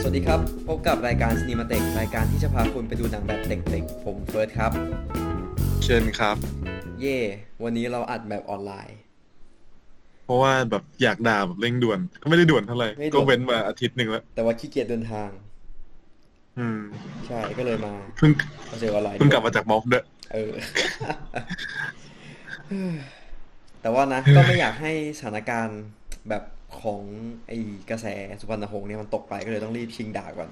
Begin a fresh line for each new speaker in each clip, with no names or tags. สวัสดีครับ พบกับรายการ Cinematic รายการที่จะพาคุณไปดูหนังแบบเด็กๆ ผมเฟิร์สครับ
เชนครับ
เย่ วันนี้เราอัดแบบออนไลน์
เพราะว่าแบบอยากด่าแบบเร่งด่วน ก็ไม่ได้ด่วนเท่าไหร่
ไม่ด่วน
ก็เว้นมาอาทิตย์หนึ่งแล้ว
แต่ว่าขี้เกียจเดินทาง
อืม
ใช่ก็เลยมา
เพิ่ง
มาเจอออนไลน์
เพิ่งกลับมาจากม็อบเด้อ
เออ แต่ว่านะ ก็ไม่อยากให้สถานการณ์แบบของไอ้กระแสสุพรรณหงส์เนี่ยมันตกไปก็เลยต้องรีบชิงด่าก่อน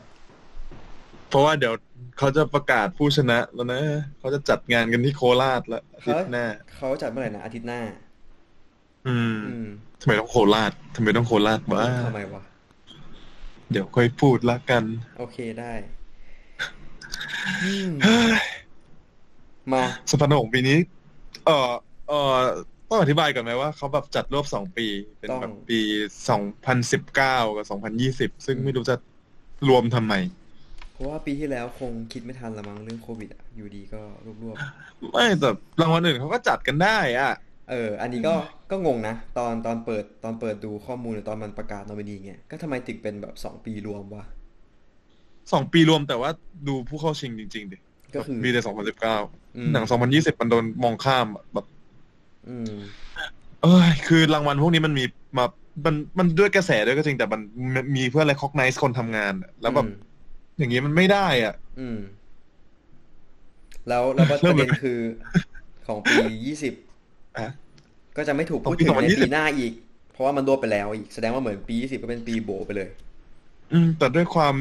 เพราะว่าเดี๋ยวเขาจะประกาศผู้ชนะแล้วนะเขาจะจัดงานกันที่โคราชแล้วอาทิตย์หน้า
เขาจัดเมื่อไหร่นะอาทิตย์หน้า
อืม
อืม
ทำไมต้องโคราชทำไมต้องโคราชวะ
ทำไมวะ
เดี๋ยวค่อยพูดละกัน
โอเคได้อืม
เฮ้ย
มา
สุพรรณหงส์ปีนี้ เออเออต้องอธิบายก่อนไหมว่าเขาแบบจัดรอบสองปี เป็น
ต้อง
แบบปีสองพันสิบเก้ากับสองพันยี่สิบซึ่ง
อืม
ไม่รู้จะรวมทำไม
เพราะว่าปีที่แล้วคงคิดไม่ทันละมั้งเรื่องโควิดอะอยู่ดีก็รวบ
ไม่แต่รางวัลอื่นเขาก็จัดกันได้อะ
ๆเออ อันนี้ก็ก็งงนะ ตอนตอนเปิดตอนเปิดดูข้อมูลหรือตอนมันประกาศนอมินีเงี้ยก็ทำไมถึงเป็นแบบสองปีรวมวะ
สองปีรวมแต่ว่าดูผู้เข้าชิงจริง ๆ ดิ
ก็คือ
มีแต่สองพันสิบเก้า
อืม
หนังสองพันยี่สิบมันโดนมองข้ามอะแบบ
อืม
เอ้ยคือรางวัลพวกนี้มันมีมามันมันด้วยกระแสด้วยก็จริงแต่มันมันมีเพื่ออะไรคอกไนซ์คนทำงานอะแล้วแบบ
อืม
อย่างนี้มันไม่ได้อ่ะ
อืม แล้วแล้วประ
เริ่ม
เด็
เลย
นคือของปียี่สิบ
อะ
ก็จะไม่ถูกพูดถึงในปีหน้าอีก เพราะว่ามันรวบไปแล้วอีกแสดงว่าเหมือนปียี่สิบก็เป็นปีโบไปเลย
อืม แต่ด้วยความ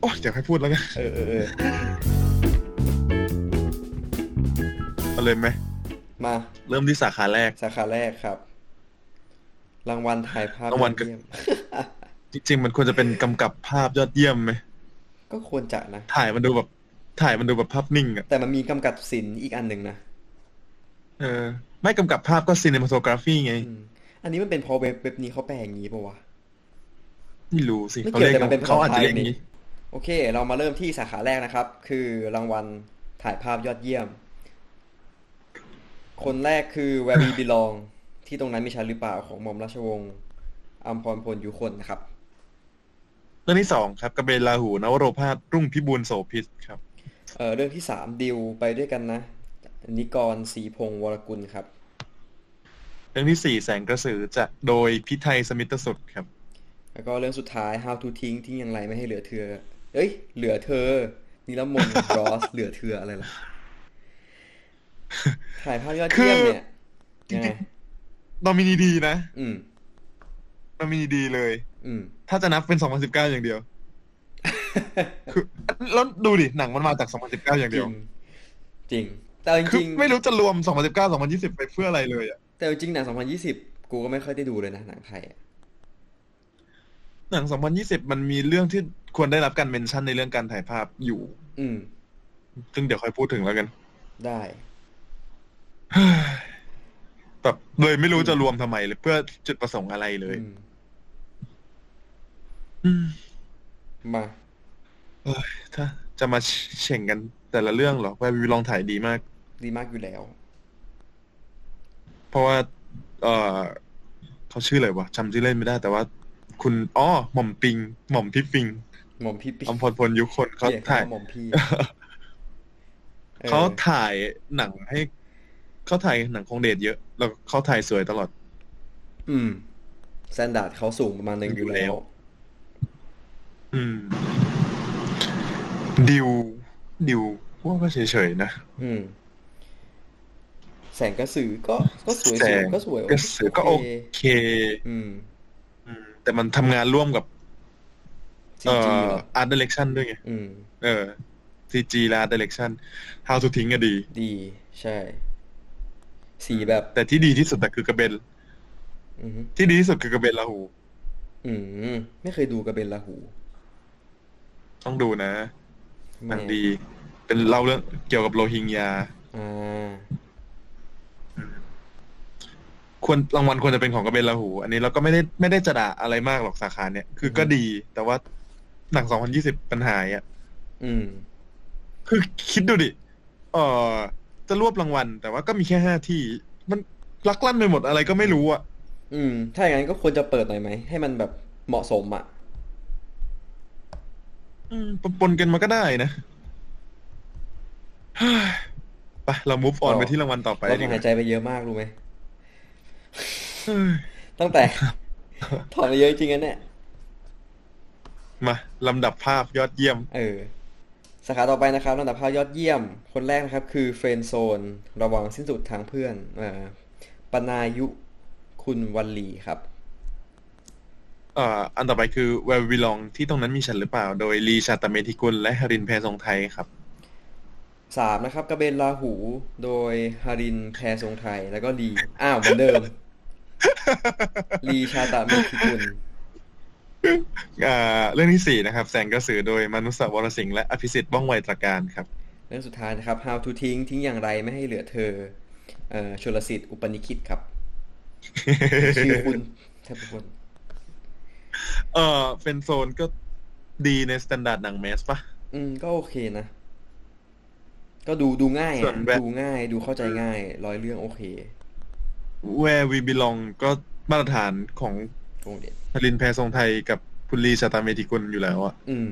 โอ้ยเดี๋ยวให้พูดแล้วกัน
เออเออเออ
เอาเลยไหม
มา
เริ่มที่สาขาแรก
สาขาแรกครับ รางวัลถ่ายภาพ
รางวัล
ยอดเยี่ยม
จริง ๆ มันควรจะเป็นกำกับภาพยอดเยี่ยมไหม
ก็ควรจะนะ
ถ่ายมันดูแบบ ถ่ายมันดูแบบภาพนิ่งอ่ะ
แต่มันมีกำกับศิลป์อีกอันหนึ่งนะ
เออไม่กำกับภาพก็ซีนิมาโทกราฟีไง
อืมอันนี้มันเป็นเพอเว็บเว็บนี้เขาแปลอย่างนี้ปะวะ
ไม่รู้สิ
ไม่
เขา
เกี่ยว
เรีย
แต่
ก
มันเป็น
เขาอาจจะ
ภาษาไทย
เรียกอย่าง
นี่
นี้
โอเค เรามาเริ่มที่สาขาแรกนะครับ คือรางวัลถ่ายภาพยอดเยี่ยม คนแรกคือ Where We Belong ที่ตรงนั้นมีฉันหรือเปล่าของหม่อมราชวงศ์อัมพรพลยุคนนะครับ
เรื่องที่สองครับกระเบนลาหูนวโรพาสรุ่งพิบูลโสพิษครับ
เออเรื่องที่สามดิวไปด้วยกันนะนิกรศรีพงศ์วรกุลครับ
เรื่องที่สี่แสงกระสือจะโดยพิไทยสมิตสุดครับ
แล้วก็เรื่องสุดท้าย how to ทิ้งทิ้งอย่างไรไม่ให้เหลือเธอ เอ้ย เหลือเธอ นิรมนต์ รอส เหลือเธออะไรล่ะ ถ่ายภาพยอดเยี่ยมเนี่ย
คือ
ยังไง
นอมินีดีนะ
อืม
นอมินีดีเลย
อืม
ถ้าจะนับเป็นสองพันสิบเก้าอย่างเดียว คือแล้วดูดิ หนังมันมาจากสองพันสิบเก้าอย่าง
จ
เดี
ริ
ยว
ง จริง แต่จ
คือ
ริง
ไม่รู้จะรวมสองพันสิบเก้าสองพันยี่สิบไปเพื่ออะไรเลยอ่ะ
แต่จริงหนังสองพันยี่สิบกูก็ไม่ค่อยได้ดูเลยนะหนังไทยอะ
หนังสองพันยี่สิบมันมีเรื่องที่ควรได้รับการเมนชั่นในเรื่องการถ่ายภาพอยู่
อืม
ซึ่งเดี๋ยวค่อยพูดถึงแล้วกัน
ได้
แบบเลยไม่รู้จะรวมทำไมเลยเพื่อจุดประสงค์อะไรเลย
อืม
อืม
มา
ถ้าจะมาเฉ่งกันแต่ละเรื่องเหรอว่าวิวลองถ่ายดีมาก
ดีมากอยู่แล้ว
เพราะว่า เออเขาชื่ออะไรวะจำชื่อเล่นไม่ได้ แต่ว่า คุณอ๋อหม่อมปิง หม่อมพี่ปิง
หม่อมพี่ปิ๊ก
อมพรพลยุคนเขา
เรียก
ถ่าย
ว่หม่อมพี่ออ
เขาถ่ายหนังให้เขาถ่ายหนังของเดชเยอะ แล้วเขาถ่ายสวยตลอด
อืมแซนดาร์ดเขาสูงประมาณหนึ่งอยู่แล้ว
อืม ดิว ดิวว่าก็เฉยๆนะ
อืม แสงกระสือก็ก็สวย
แส
สวย
ง
ก็สวย
ก็เสือก็โอเค
อืม
อืม แต่มันทำงานร่วมกับ
ซี
เอ่
จี
อ art direction ด้วยไง
อืม
เออ CG และ art direction how to ทิ้งก็ดี
ดีใช่ สีแบบ
แต่ที่ดีที่สุดแต่คือกระเบน
อืม
ที่ดีที่สุดคือกระเบนลาหู
อืมไม่เคยดูกระเบนลาหู
ต้องดูนะ หนัง
แม่
ดี เป็นเล่าเรื่องเกี่ยวกับโรฮิงญา
อ่า
ควรรางวัลควรจะเป็นของกระเบนลาหู อันนี้เราก็ไม่ได้ไม่ได้จะด่าอะไรมากหรอกสาขาเนี่ย คือก็
อืม
ดี แต่ว่าหนัง 2020 ปัญหาอ่ะ
อืม
คือคิดดูดิ เออจะรวบรางวัล แต่ว่าก็มีแค่ห้าที่ มันลักลั่นไปหมดอะไรก็ไม่รู้อ่ะ
อืม ถ้าอย่างนั้นก็ควรจะเปิดหน่อยไหม ให้มันแบบเหมาะสมอ่ะ
อืมปนปนกันมาก็ได้นะเฮ้ยไปเรา move on
ต่อ
ไปที่รางวัลต่อไป
เรา
ดีก
หาย
ว่า
ใจไปเยอะมากรู้ไหม
เฮ้ย
ตั้ งแต่ ถอนไปเยอะจริงนะเนี่ย
มาลำดับภาพยอดเยี่ยม
เออ สาขาต่อไปนะครับลำดับภาพยอดเยี่ยม คนแรกนะครับ คือเฟรนโซน ระวังสิ้นสุดทางเพื่อนเอ่อปนายุคุณวันลีครับ
เอ่ออันต่อไปคือ Where We Belong ที่ตรงนั้นมีฉันหรือเปล่า โดยลีชาตเมธิกุลและฮรินทร์แพรทรงไทยครับ
สามนะครับกระเบนลาหู โดยฮารินแพรทรงไทย แล้วก็ลี อ้าวเหมือนเดิม ลีชาตะเมธิกุล
เอ่อเรื่องที่สี่นะครับ แสงกระสือโดยมนุษย์วรสิงห์และอภิสิทธิ์ว่องไวตระการครับ
เรื่องสุดท้ายนะครับ how to ทิ้งทิ้งอย่างไรไม่ให้เหลือเธอเอ่อชลสิทธิ์อุปนิคิตครับ ชื่อคุณแทบทุกคน
เอ่อเฟนโซนก็ดีในสแตนดาร์ดหนังแมสปะ
อืม ก็โอเคนะ ก็ดูดูง่าย
ส่ว
อะ
นแวะ
ดูง่ายดูเข้าใจง่าย ร้อยเรื่องโอเค
Where We Belong ก็มาตรฐานของ
โรงเด็ด
ฮรินทร์แพรทรงไทยกับคุณลีชาตเมธิกุลอยู่แล้วอะ
อืม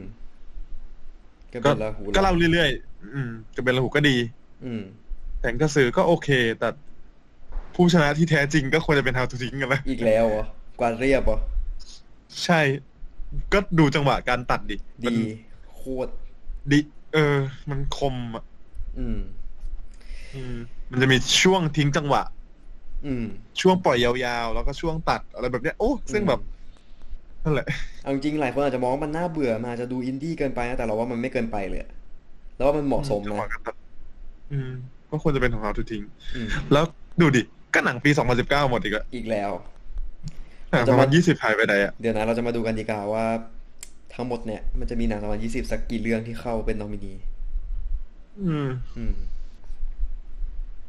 ก็
ก็
เป็นลาหู
ก็เล่าเรื่อยๆ อืมจะเป็นละหูก็ดี
อืม
แสงกระสือก็โอเค แต่ผู้ชนะที่แท้จริงก็ควรจะเป็น How to ทิ้งกันแล้ว
อีกแล้วเหรอ่ะกวาดเรียบเหรอ่ะ
ใช่ ก็ดูจังหวะการตัดดิมัน
ดี โคตร
ดิ เออ มันคมอ่ะ
อืม
อืมมันจะมีช่วงทิ้งจังหวะ
อืม
ช่วงปล่อยยาวๆ แล้วก็ช่วงตัดอะไรแบบเนี้ย โอ้ซึ่งแบบนั่นแหละ
เอาจริงๆหลายคนอาจจะมองว่ามันน่าเบื่อมันอาจจะดูอินดี้เกินไปนะแต่เราว่ามันไม่เกินไปเลยอะแล้วว่ามันเหมาะสม
จังหวะ
นะ
การตัด อืม ก็ควรจะเป็นของ How to ทิ้ง
อืม
แล้วดูดิ ก็หนังปี 2019 หมดอีกแล้ว
อีกแล้ว
หนัง
จะมา
2020หายไปไหนอ่ะ
เดี๋ยวนะเราจะมาดูกันดีกว่าว่าทั้งหมดเนี่ย มันจะมีหนังประมาณยี่สิบสักกี่เรื่องที่เข้าเป็นนอมินี
อืม
อืม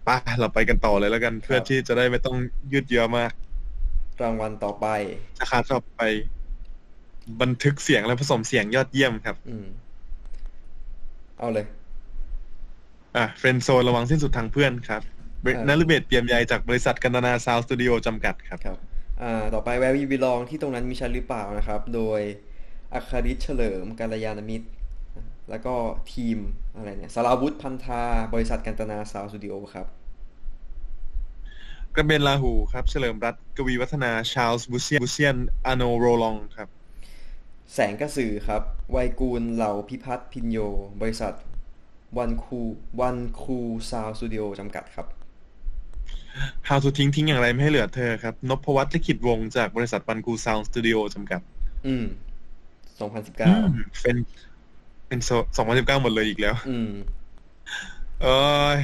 ไปเราไปกันต่อเลยแล้วกัน เพื่อ
ครับ
ที่จะได้ไม่ต้องยืดเยื้อมาก
รางวัลต่อไป
สาขาต่อไป บันทึกเสียงและผสมเสียงยอดเยี่ยมครับ
อืม เอาเลย
อ่ะเฟรนด์โซนระวังสิ้นสุดทางเพื่อนครับเบ
เออ
นฤเบศเตรียมใยจากบริษัทกันตนาซาวสตูดิโอจำกัดครับ
ครับ อ่า ต่อไป Where We Belong ที่ตรงนั้นมีฉันหรือเปล่านะครับ โดยอัคริศเฉลิมกาลยานมิตร แล้วก็ทีมอะไรเนี่ยสราวุธพันธา บริษัทกันตนาสาวสตูดิโอครับ
กระเบนลาหูครับ เฉลิมรัตน์กวีวัฒนาชาลส์บูเซียนบูเซียนอโนโรลองครับ
แสงกระสือครับ ไวยกูลเหล่าพิพัฒน์พินโย บริษัทวันคูวันคูซาวสตูดิโอจำกัดครับ
How to ทิ้งทิ้งอย่างไรไม่ให้เหลือเธอครับนพวัตน์ลิขิตวงศ์จากบริษัทปันกูซาวสตูดิโอจำกัด
อืม สองพันสิบเก้า
อืมเป็นเป็นโซสองพันสิบเก้าหมดเลยอีกแล้ว
อืม
เอ้ย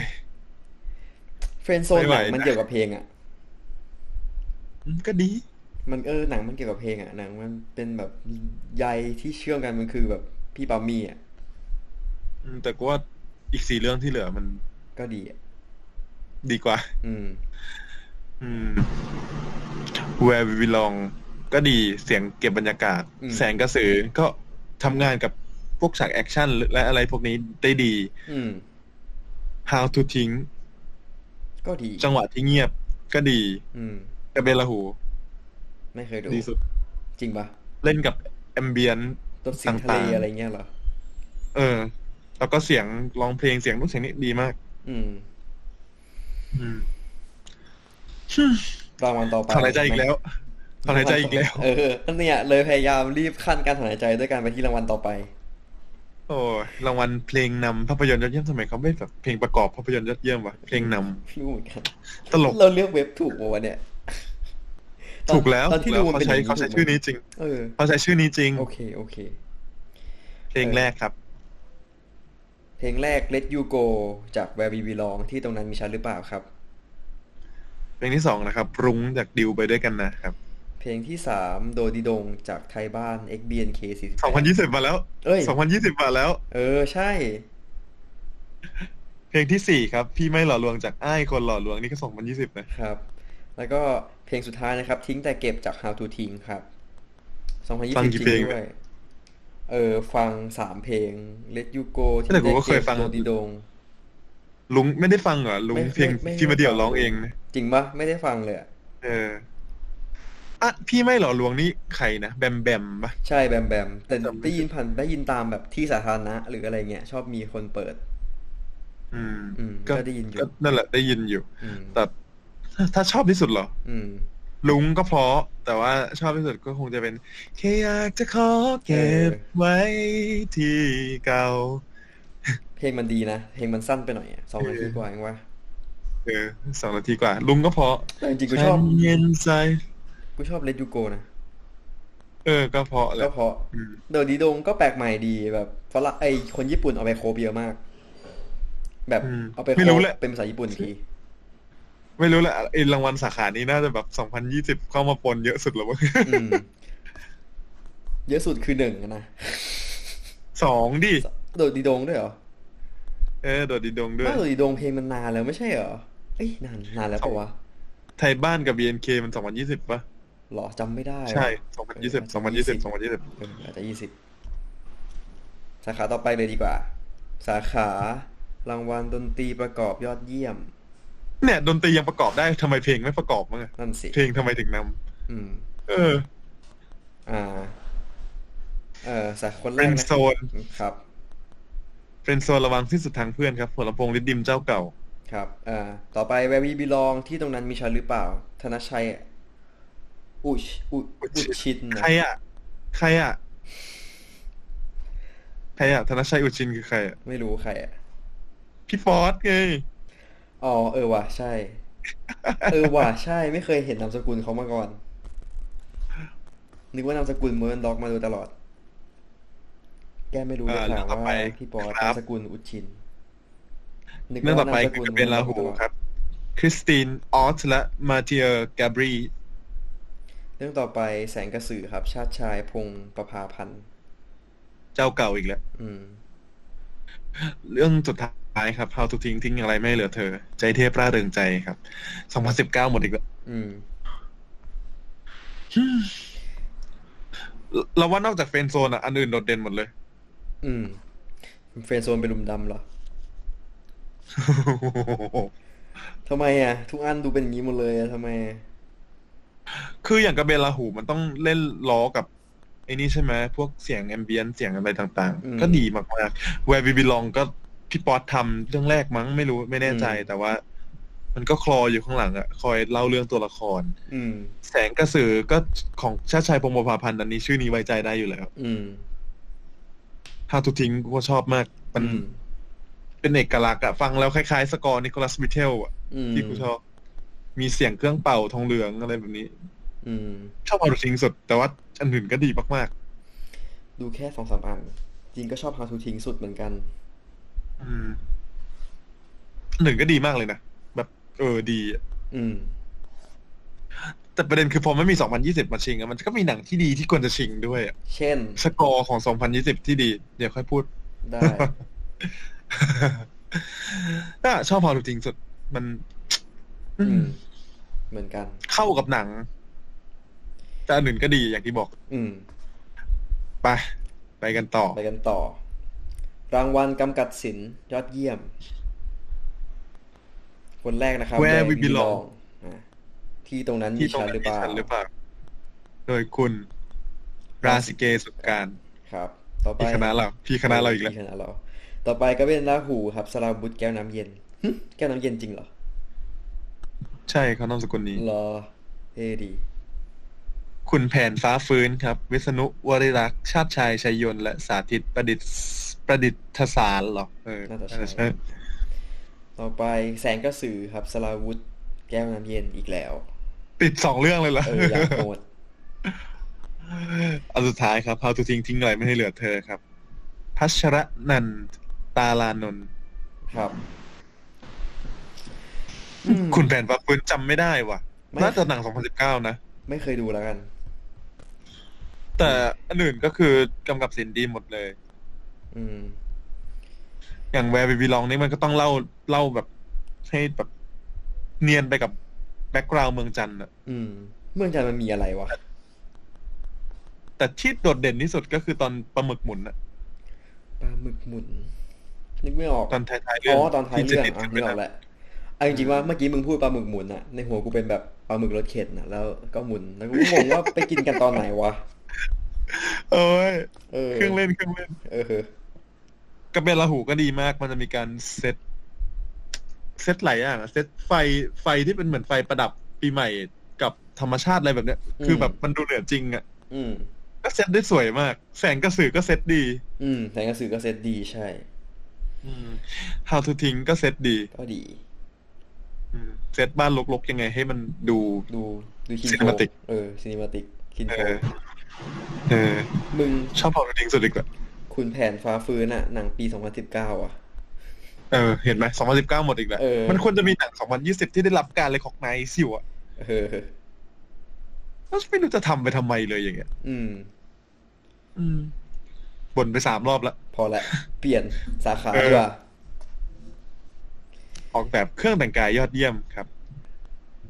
เฟรนโซน
ไม่
ห
ไหว
นังมัน
นะ
เกี่ยวกับเพลงอ่ะ
อืมก็ดี
มันเออหนังมันเกี่ยวกับเพลงอ่ะหนังมันเป็นแบบใยที่เชื่อมกันมันคือแบบพี่ปามี่อ่ะ
อืมแต่กูว่าอีกสี่เรื่องที่เหลือมัน
ก็ดีอ่ะ
ดีกว่า
อืม
อืม Where We Belong ก็ดีเสียงเก็บบรรยากาศ
อืม
แสงกระสือก็ทำงานกับพวกฉากแอคชั่นและอะไรพวกนี้ได้ดี
อืม
How to ทิ้ง
ก็ดี
จังหวะที่เงียบก็ดี
อืม
กระเบนละหู
ไม่เคยดู
ดีสุด
จริงปะ
เล่นกับแอมเบียน
รถสิงทะเล
ต่างๆ
อะไรเงี้ยเหรอ
เออ แล้วก็เสียงร้องเพลงเสียงนู้นเสียงนี้ดีมาก
อืม
อืม
รางวัลต่อไป
ถอนหายใจอีกแล้วถอนหายใจอีกแล้ว
เออเนี่ยเลยพยายามรีบขั้นการถอนหายใจด้วยการไปที่รางวัลต่อไป
โอ้ยรางวัลเพลงนำภาพยนตร์ยอดเยี่ยมทำไมเขาไม่แบบเพลงประกอบภาพยนตร์ยอดเยี่ยมวะเพลงน
พี่รู้เหมือนกัน
ตลก
เราเลือกเว็บถูกปะวะเนี่ยต
ำ
อน
ถูกแล้ว
ตอนที่
ถูก
ดู
แล้ว
มันเป็นอ
เขาใช้
ย่างนี้
เขาใช้
ถูกไหม
ชื่อนี้จริง
เออ
เขาใช้ชื่อนี้จริง
โอเค โอเค
เพลงแรกครับ
เพลงแรก Let You Go จาก Where We Belong ที่ตรงนั้นมีฉันหรือเปล่าครับ
เพลงที่สองนะครับ รุ้งจากดิวไปด้วยกันนะครับ
เพลงที่สามโดดีดงจากไทยบ้าน XBNK
สองพัน
48
ยี่สิบมาแล้ว
เอ้ย
สองพันยี่สิบมาแล้ว
เออ ใช่
เพลงที่สี่ครับ พี่ไม่หล่อลวงจากอ้ายคนหล่อลวงนี่ก็สองพันยี่สิบนะ
ครับ แล้วก็เพลงสุดท้ายนะครับ ทิ้งแต่เก็บจาก How to ทิ้งครับ
ฟัง
2020
กี่
จริง
เพลง
ด้ว
เนี่ย
เออ ฟังสามเพลง Let You Go ทิ้ง
แต่
แต่
กูก็เค
เก็
ย
บ
ฟัง
โดดีดง
ลุงไม่ได้ฟังเหรอลุง
ไม่
เพลง
ไม่ไม่
ที่มาเดี่ยว
ฟั
ร้องเองนะ
จริงปะไม่ได้ฟังเลยอะ
เออ อ่ะพี่ไม่หล่อลวงนี่ใครนะแบมแบมปะ
ใช่แบมแบม แต่
จำไม่
ได้
ผิ
ยิน
ด
ผ่านได้ยินตามแบบที่สาธารณะหรืออะไรเงี้ยชอบมีคนเปิด
อืม
อืม
ก็
ก็ได้ยินอยู่
ก็นั่นแหละได้ยินอยู่
อืม
แต่ถ้าชอบที่สุดเหรอ
อืม
ลุงก็เพราะ แต่ว่าชอบที่สุดก็คงจะเป็นแค่อยากจะขอเก็บไว้ที่เก่า
เพลงมันดีนะ เพลงมันสั้นไปหน่อยอะสองนาทีกว่าเองวะ
เออสองนาทีกว่า ลุงก็เพราะ
แต่จริงๆกู
ฉั
ชอบ
นเย็นใจ
กูชอบเลดูโกนะ
เออ ก็เพราะแห
ก็
ละ
เพราะ
อืม
เดี๋ยวนี้ดงก็แปลกใหม่ดีแบบฝรั่งไอคนญี่ปุ่นเอาไปโคเบียอะมาก แบบ
อืม
เอาไปโค
ไม่รู้แหละ
เป็นภาษาญี่ปุ่นอีกที
ไม่รู้แหละไอ้รางวัลสาขานี้น่าจะแบบสองพันยี่สิบเข้ามาปนเย อะสุดแล้วมั้ง
อืม เยอะสุดคือหนึ่งอะนะ
สองดิ
โดดดีดงด้วยเหรอ
เออโดดดีดงด้ว
ไม่
ย
โดดดีดงเพลงมันนานแล้วไม่ใช่เหรอเอ้ยนานนานแล้วปะวะ
ไทยบ้านกับ BNK มันสองพันยี่สิบป่ะ
หรอจำไม่ได้
ใช่
ว่ะ
สองพันยี่สิบสองพันยี่สิบสองพันยี่สิบ
เอออาจจะยี่สิบสาขาต่อไปเลยดีกว่า สาขารางวัลดนตรีประกอบยอดเยี่ยม
เนี่ย ดนตรียังประกอบได้ทำไมเพลงไม่ประกอบมั้งอะ
นั่นสิ
เพลงทำไมถึงนำ
อืม
เออ
อ่า เออสาขาคนแร
เป็
ก
น
นะ
โซน
ครับ
เป็นโซนระวังที่สุดทางเพื่อนครับหัวลำโพงลิดดิมเจ้าเก่า
ครับเอ่อต่อไป where we belong ที่ตรงนั้นมีฉันหรือเปล่า ธนชัย อุชอุ
อุช
อุชินนะ
ใครอ่ะ ใครอ่ะ ใครอ่ะ ธนชัยอุจินคือใครอ่ะ
ไม่รู้ใครอ่ะ
พี่ฟอสไง
อ๋อ เออว่ะ ใช่ เออว่ะ ใช่ ไม่เคยเห็นนามสกุลเขามาก่อน นึกว่านามสกุลเมอร์นด็อกมาโดยตลอด แกไม่รู้เลย
อ่า
ค่ะ
เรื่องต่อไป
ว่าพี่ปอ
ครับ
นามสกุลอุชินนึก
เรื่องต่อน
ว่าาม
ไป
ส
คื
กุ
อ
ล
จะเป็นลาหู
มอร์ด็อกมาโดยตลอด
ครับ คริสติน ออสและมาเทียร์แกบรี
เรื่องต่อไปแสงกระสือครับ ชาติชายพงศ์ประภาพันธ์
เจ้าเก่าอีกแล้ว
อืม
เรื่องสุดท้ายครับ How to ทิ้งทิ้งอะไรไม่เหลือเธอ ใจเทพร่าเริงใจครับ 2019 หมดอีกแล้ว
อืม
เราว่านอกจากเฟรนด์โซนอ่ะ อันอื่นโดดเด่นหมดเลย
อืม เฟรนด์โซนเป็นหลุมดำเหรอทำไมอ่ะ ทุกอันดูเป็นอย่างนี้หมดเลยอ่ะทำไมอะ
คืออย่างกับเบลาหูมันต้องเล่นล้อกับไอ้นี่ใช่ไหมพวกเสียงแอมเบียนเสียงอะไรต่างๆ ก็ดีมากๆ Where We Belong ก็พี่ป๊อตทำเรื่องแรกมั้งไม่รู้ไม่แน่ใจ แต่ว่า มันก็คลออยู่ข้างหลังอ่ะ คอยเล่าเรื่องตัวละคร
อืม
แสงกระสือก็ของชาติชายพงศ์ประภาพันธ์อันนี้ชื่อนี้ไว้ใจได้อยู่แล้ว
อืม
How to ทิ้งก็ชอบมากมัน
อืม
เป็นเอกลักษณ์อะฟังแล้วคล้ายๆ สกอร์นิโคลัสมิเทลอะ
อืม
ที่กูชอบ มีเสียงเครื่องเป่าทองเหลืองอะไรแบบนี้
อืม
ชอบเอาดูทิ้งสุด แต่ว่าอันอื่นก็ดีมาก
ดูแค่สองสามอัน จริงก็ชอบ How to ทิ้งสุดเหมือนกัน
ๆ อืมอันอื่นก็ดีมากเลยนะ แบบเออดีอะ
อืม
แต่ประเด็นคือพอไม่มี 2020 มาชิงอะมันก็มีหนังที่ดีที่ควรจะชิงด้วยอะ
เช่น
สกอร์ของ 2020 ที่ดี เดี๋ยวค่ อยพูด
ได้
ก็ชอบพอดูทิ้งสุด มัน
อืม เหมือนกัน
เข้ากับหนัง แต่อันอื่นก็ดีอย่างที่บอก
อืม
ไป ไปกันต่อ
ไปกันต่อ รางวัลกำกับศิลป์ยอดเยี่ยม คนแรกนะครับ
Where
Where
We
We
Belong
Belong อ่ะที่ตรงนั้นมี
ที่ตร
ฉั
ง
น
นั้
หรือเป
นมี
ล่า
ฉันหรือเปล่า โดยคุณ ราสิเกสุการ
ครับ ต่อไป
พี่คณะเรา พี่คณะเราอีกแล้ว
ที่คณะเรา ต่อไปก็เป็นลาหูครับสราบุตรแก้วน้ำเย็น หึแก้วน้ำเย็นจริงเหรอ
ใช่เขานามสกุลนี้
เหรอเท่ดี
คุณแผนฟ้าฟื้นครับ วิษณุวริรักษ์ชาติชายชัยยนต์และสาธิตประดิษฐ์ประดิษฐสารเหรอ เออ
น่าจะใช่
น่าจะใช่
ต่อไปแสงกระสือครับสราวุธแก้วน้ำเย็นอีกแล้ว
ติดสองเรื่องเลยเหรอ
เอ ออยากโหด
อันสุดท้ายครับ How to ทิ้งทิ้งอะไรไม่ให้เหลือเธอครับ พัชรนันตาลานนท์
ครับ
คุณแผนฟ้าฟื้นจำไม่ได้ว่ะ
ไม่
น่าจะหนัง 2019 นะ
ไม่เคยดูแล้วกัน
แต่อันอื่นก็คือกำกับสินดีหมดเลย
อืม
อย่างแวร์บีบีลองนี่มันก็ต้องเล่าเล่าแบบให้แบบเนียนไปกับแบ็กกราวด์เมืองจันทร์อะ
อืม เมืองจันทร์มันมีอะไรวะ
แต่ที่โดดเด่นที่สุดก็คือตอนปลาหมึกหมุนอะ
ปลาหมึกหมุน นึกไม่ออก
ตอนท้ายๆเรื่
อ๋
อง
อตอนท้าย
ที่
เรื่อง
จะติด
อ่ะ
กันไป
นึกออก
นะ
แล้วไอ เอาจริงๆว่าเมื่อกี้มึงพูดปลาหมึกหมุนอะในหัวกูเป็นแบบปลาหมึกรสเข็นอะแล้วก็หมุนแล้วกูก็งงว่าไปกินกันตอนไหนวะ
เอ้ย
เออ
เครื่องเล่นเครื่องเล่น
เออ
กระเบนลาหูก็ดีมาก มันจะมีการเซตเซตหลายอย่างอะเซตไฟไฟที่เป็นเหมือนไฟประดับปีใหม่กับธรรมชาติอะไรแบบเนี้ย
อืม
คือแบบมันดูเหลือจริงอะ
อืม
ก็เซตได้สวยมาก แสงกระสือก็เซตดี
อืมแต่หนังสือก็เซตดีใช่
How to ทิ้งก็เซตดี
ก็ดี
อืมเซตบ้านลกๆยังไงให้มันดู
ดูดูคินโก
Cinematic
เออซีนิมาติกคิน
เอ
โก
อเออ
มึง
ชอบ How to ทิ้งสุดอีกละ
คุณแผนฟ้าฟื้นอะหนังปี 2019 อ่ะ
เออเห็นไหมสองพันสิบเก้าหมดอีกแล้ว
เออ
มันควรจะมีหนังสองพันยี่สิบที่ได้รับการเลยของนายซิวอะ
เออ
แล้วไม่รู้จะทำไปทำไมเลยอย่างเงี้ย
อืม
อืมบ่นไปสามรอบแล้ว
พอ ละ เปลี่ยนสาขา
เออ
ดีกว่า
ออกแบบเครื่องแต่งกายยอดเยี่ยมครับ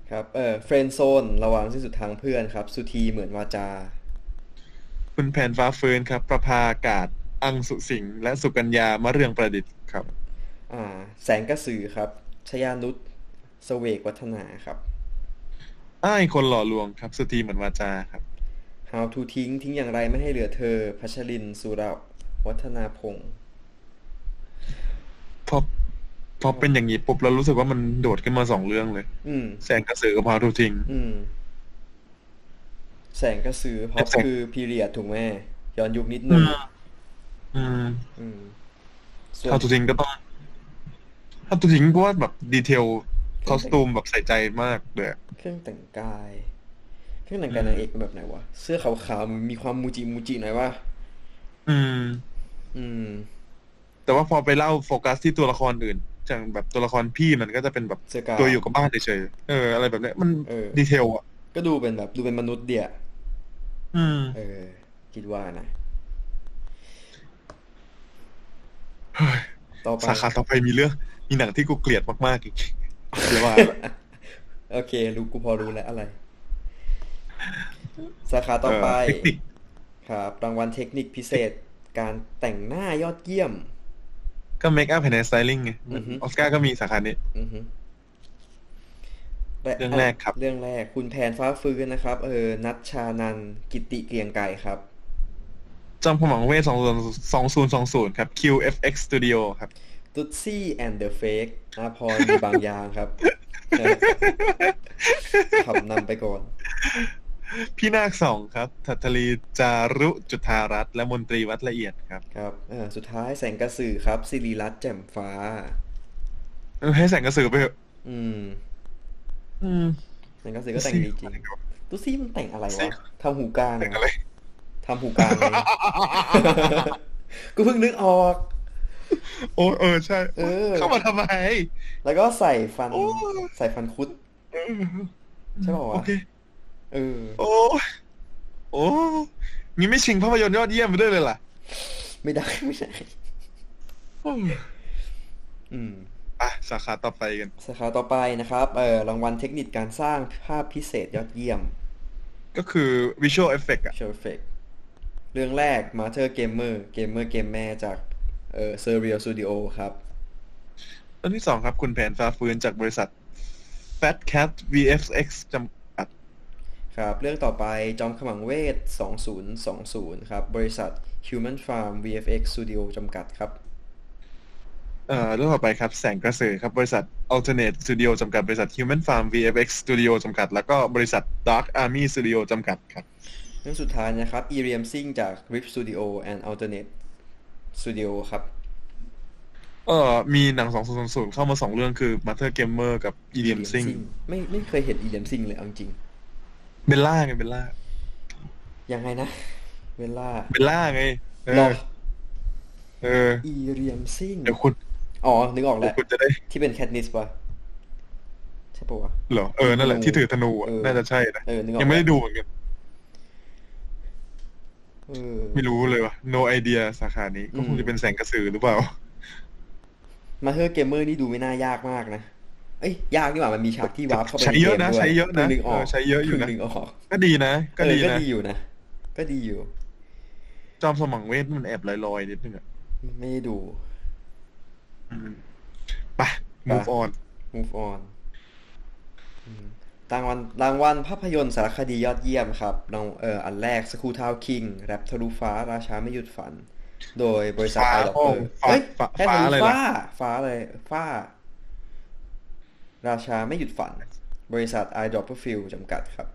ครับเออเฟรนด์โซนระหว่างสิ้นสุดทางเพื่อนครับ สุธีเหมือนวาจา
คุณแผนฟ้าฟื้นครับ ประภากาศ อังสุสิงห์และสุกัญญามะเรืองประดิษฐ์ครับ
อ่า แสงกระสือครับ ชยานุษเสเวกวัฒนาครับ
อ้ายคนหล่อลวงครับ สุธีเหมือนวาจาครับ
How to ทิ้งทิ้งอย่างไรไม่ให้เหลือเธอ พัชรินทร์สุรวัฒนาพงศ์
พอพอเป็นอย่างนี้ปุ๊บเรารู้สึกว่ามันโดดขึ้นมาสองเรื่องเลย
อืม
แสงกระสือกับพาวทูทิง
อืม แสงกระสือเพราะ
แสง
คือพีเรียดถูกไหมย้อนยุคนิดนึง
อืม
อืม ส่วน
พาวทูทิงก็ต้องพาวทูทิงก็ว่าแบบดีเทลคอสตูมแบบใส่ใจมากเลยอะ
เครื่องแต่งกาย เครื่องแต่งกายนางเอกเป็นแบบไหนวะ เสื้อขาวๆมีความมูจิมูจิหน่อยวะ
อืม
อืม
แต่ว่าพอไปเล่าโฟกัสที่ตัวละครอื่นอย่างแบบตัวละครพี่มันก็จะเป็นแบบ
เสื้อกาว
ตัวอยู่กับบ้านเฉยๆเอออะไรแบบเนี้ยมัน
เออ
ดีเทลอ่ะ
ก็ดูเป็นแบบดูเป็นมนุษย์เดีย
อืม
เออ คิดว่านะต่อไป
สาขาต่อไปมีเรื่อง มีหนังที่กูเกลียดมากๆอีกเรียกว่า
โอเค รู้กูพอรู้แล้วอะไร สาขาต่อไป
เเทคนิค
ครับ รางวัลเทคนิคพิเศษ การแต่งหน้ายอดเยี่ยม
ก็เมคอัพแอนด์สไตลิ่งไง
อือฮึ
ออสการ์ก็มีสาขานี้
อือฮึและ
เรื่องแรกครับ
เรื่องแรกคุณแผนฟ้าฟื้นนะครับ เออ นัชชานันท์กิติเกรียงไก่ครับ
จอมขมังเวทสองศูนย์สองศูนย์ครับ QFX Studio ครับ
ตุ๊ดซี่แอนด์เดอะเฟกอาพรมีบางอย่างครับ เออขับนำไปก่อน
พี่นาคสองครับทัตลีจารุจุธารัตน์และมนตรีวัดละเอียดครับ
ครับเออสุดท้ายแสงกระสือครับสิริรัตน์แจ่มฟ้า
เออให้แสงกระสือไปเถอะ
อืม
อืม
แสงกระสือก็แต่งดีจริงตุ๊ดซี่มันแต่งอะไรวะทำหูกลางเหร
แต่ง
อ
อะไร
ทำหูกลางไง กูเพิ่งนึกออก
โอ้เออใช่
เออ
เข้ามาทำไม
แล้วก็ใส่ฟัน
โอ้
ใส่ฟันคุด
เออ
ใช่ป่าววะ
โอเค
เออ
โอ้โอ้มีไม่ชิงภาพยนตร์ยอดเยี่ยมไปด้วยเลยล่ะ
ไม่ได้ ไม่ได้
โอ้
อืม
อ่ะสาขาต่อไปกัน
สาขาต่อไปนะครับ เออรางวัลเทคนิคการสร้างภาพพิเศษยอดเยี่ยม
ก็คือ Visual Effect อ่ะ
s u r f e c t เรื่องแรก Master Gamer Gamer Game แม่จากเอ่อ Surreal Studio ครับ
เรื่องที่สองครับ คุณแผนฟ้าฟื้นจากบริษัท Fat Cat VFX จำกัด
ครับ เรื่องต่อไปจอมขมังเวท 2020 ครับ บริษัท Human Farm VFX Studio จำกัดครับ
เอ่อเรื่องต่อไปครับ แสงกระสือครับ บริษัท Alternate Studio จำกัด บริษัท Human Farm VFX Studio จำกัด แล้วก็บริษัท Dark Army Studio จำกัดครับ
เรื่องสุดท้ายนะครับ e r e m s i n g จาก Rip Studio and Alternate Studio ครับ
เอ่อมีหนังสองศูนย์ศูนย์เข้ามาสองเรื่องคือ Mother Gamer กับ e d m
e
s i n g
Sing ไม่ไม่เคยเห็น e r e m s i n g เลยเอาจริง
เบลล่าไงเบลล่า
ยังไงนะ เวลา
เบลล่าไง เอ
รอ
อ เออ
e r e m s i n g
เดี๋ยวคุณ
อ๋อ นึกออก
เดี๋
แล้
ยว
ว
คุณจะได้
ที่เป็น Katniss ปะใช่ปะวะ
เหรอเออ นั่นแหละที่ถือธนูอะ
เออ
น่าจะใช่นะ
เออนึกออก
ยังไม่ได้ดูเหมือนกัน
เออ
ไม่รู้เลยว่ะ no idea สาขานี้ก็คงจะเป็นแสงกระสือหรือเปล่า
มาเธอเกมเมอร์นี่ดูไม่น่ายากมากนะ เอ้ยยากนี่หว่ามันมีฉากที่วาร์ปเข้าไป
ใช้เยอะนะ
ใช้
ใช้เยอะนะ
นึงออก
เออใช้เยอะอยู่นะ
นึงออก
ก็ดีนะ ก็ดี
เออก็
นะ
ดีอยู่นะ ก็ดีอยู่
จอมสมังเวทมันแอบลอยๆนิดนึงอะ
ไม่ได้ดู
อืมไป move on
move on อืมรางวัลรางวัลภาพยนตร์สารคดียอดเยี่ยมครับรางเอ่ออันแรกสกูทาวคิงแรปทะลุฟ้าราชาไม่หยุดฝัน โดยบริษัท
ฟ้า
ไอดอล
โอ้
เอ
ฟ้า
เฮ้ย
ฟ้า
แค่ทะ
ฟ้า
ลุ
อะไรล่ะ
ฟ้าฟ้าเลยฟ้า ราชาไม่หยุดฝัน บริษัทไอดอลฟิลจำกัดครับ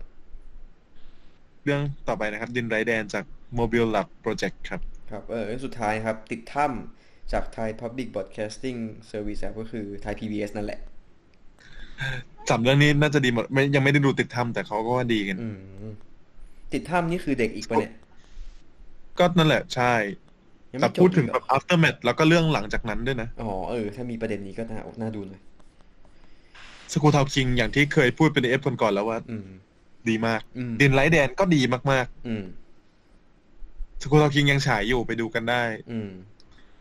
เรื่องต่อไปนะครับ ดินไร้แดนจาก Mobile Lab Project ครับ
ครับเออเรื่องสุดท้ายครับ ติดถ้ำจาก Thai Public Broadcasting Service ครับก็คือ Thai PBS นั่นแหละ
สามเรื่องนี้น่าจะดีหมดไม่ยังไม่ได้ดูติดทำแต่เขาก็ว่าดีกัน
อืม ติดถ้ำนี่คือเด็กอีกปะเนี่ย
ก็นั่นแหละใช่
ยัง
แต่
ไม่จ
พู
บ
ดถึง
อีกเห
แบ
รอบ
aftermath แล้วก็เรื่องหลังจากนั้นด้วยนะ
อ๋อเออ ถ้ามีประเด็นนี้ก็น่าน่าดูหน่อย
สกูทาวคิงอย่างที่เคยพูดไปในเอฟก่อนๆแล้วว่า
อืม
ดีมาก
อืม
ดินไร้แดนก็ดีมาก
อืม
ๆสกูทาวคิงยังฉายอยู่ไปดูกันได้
อืม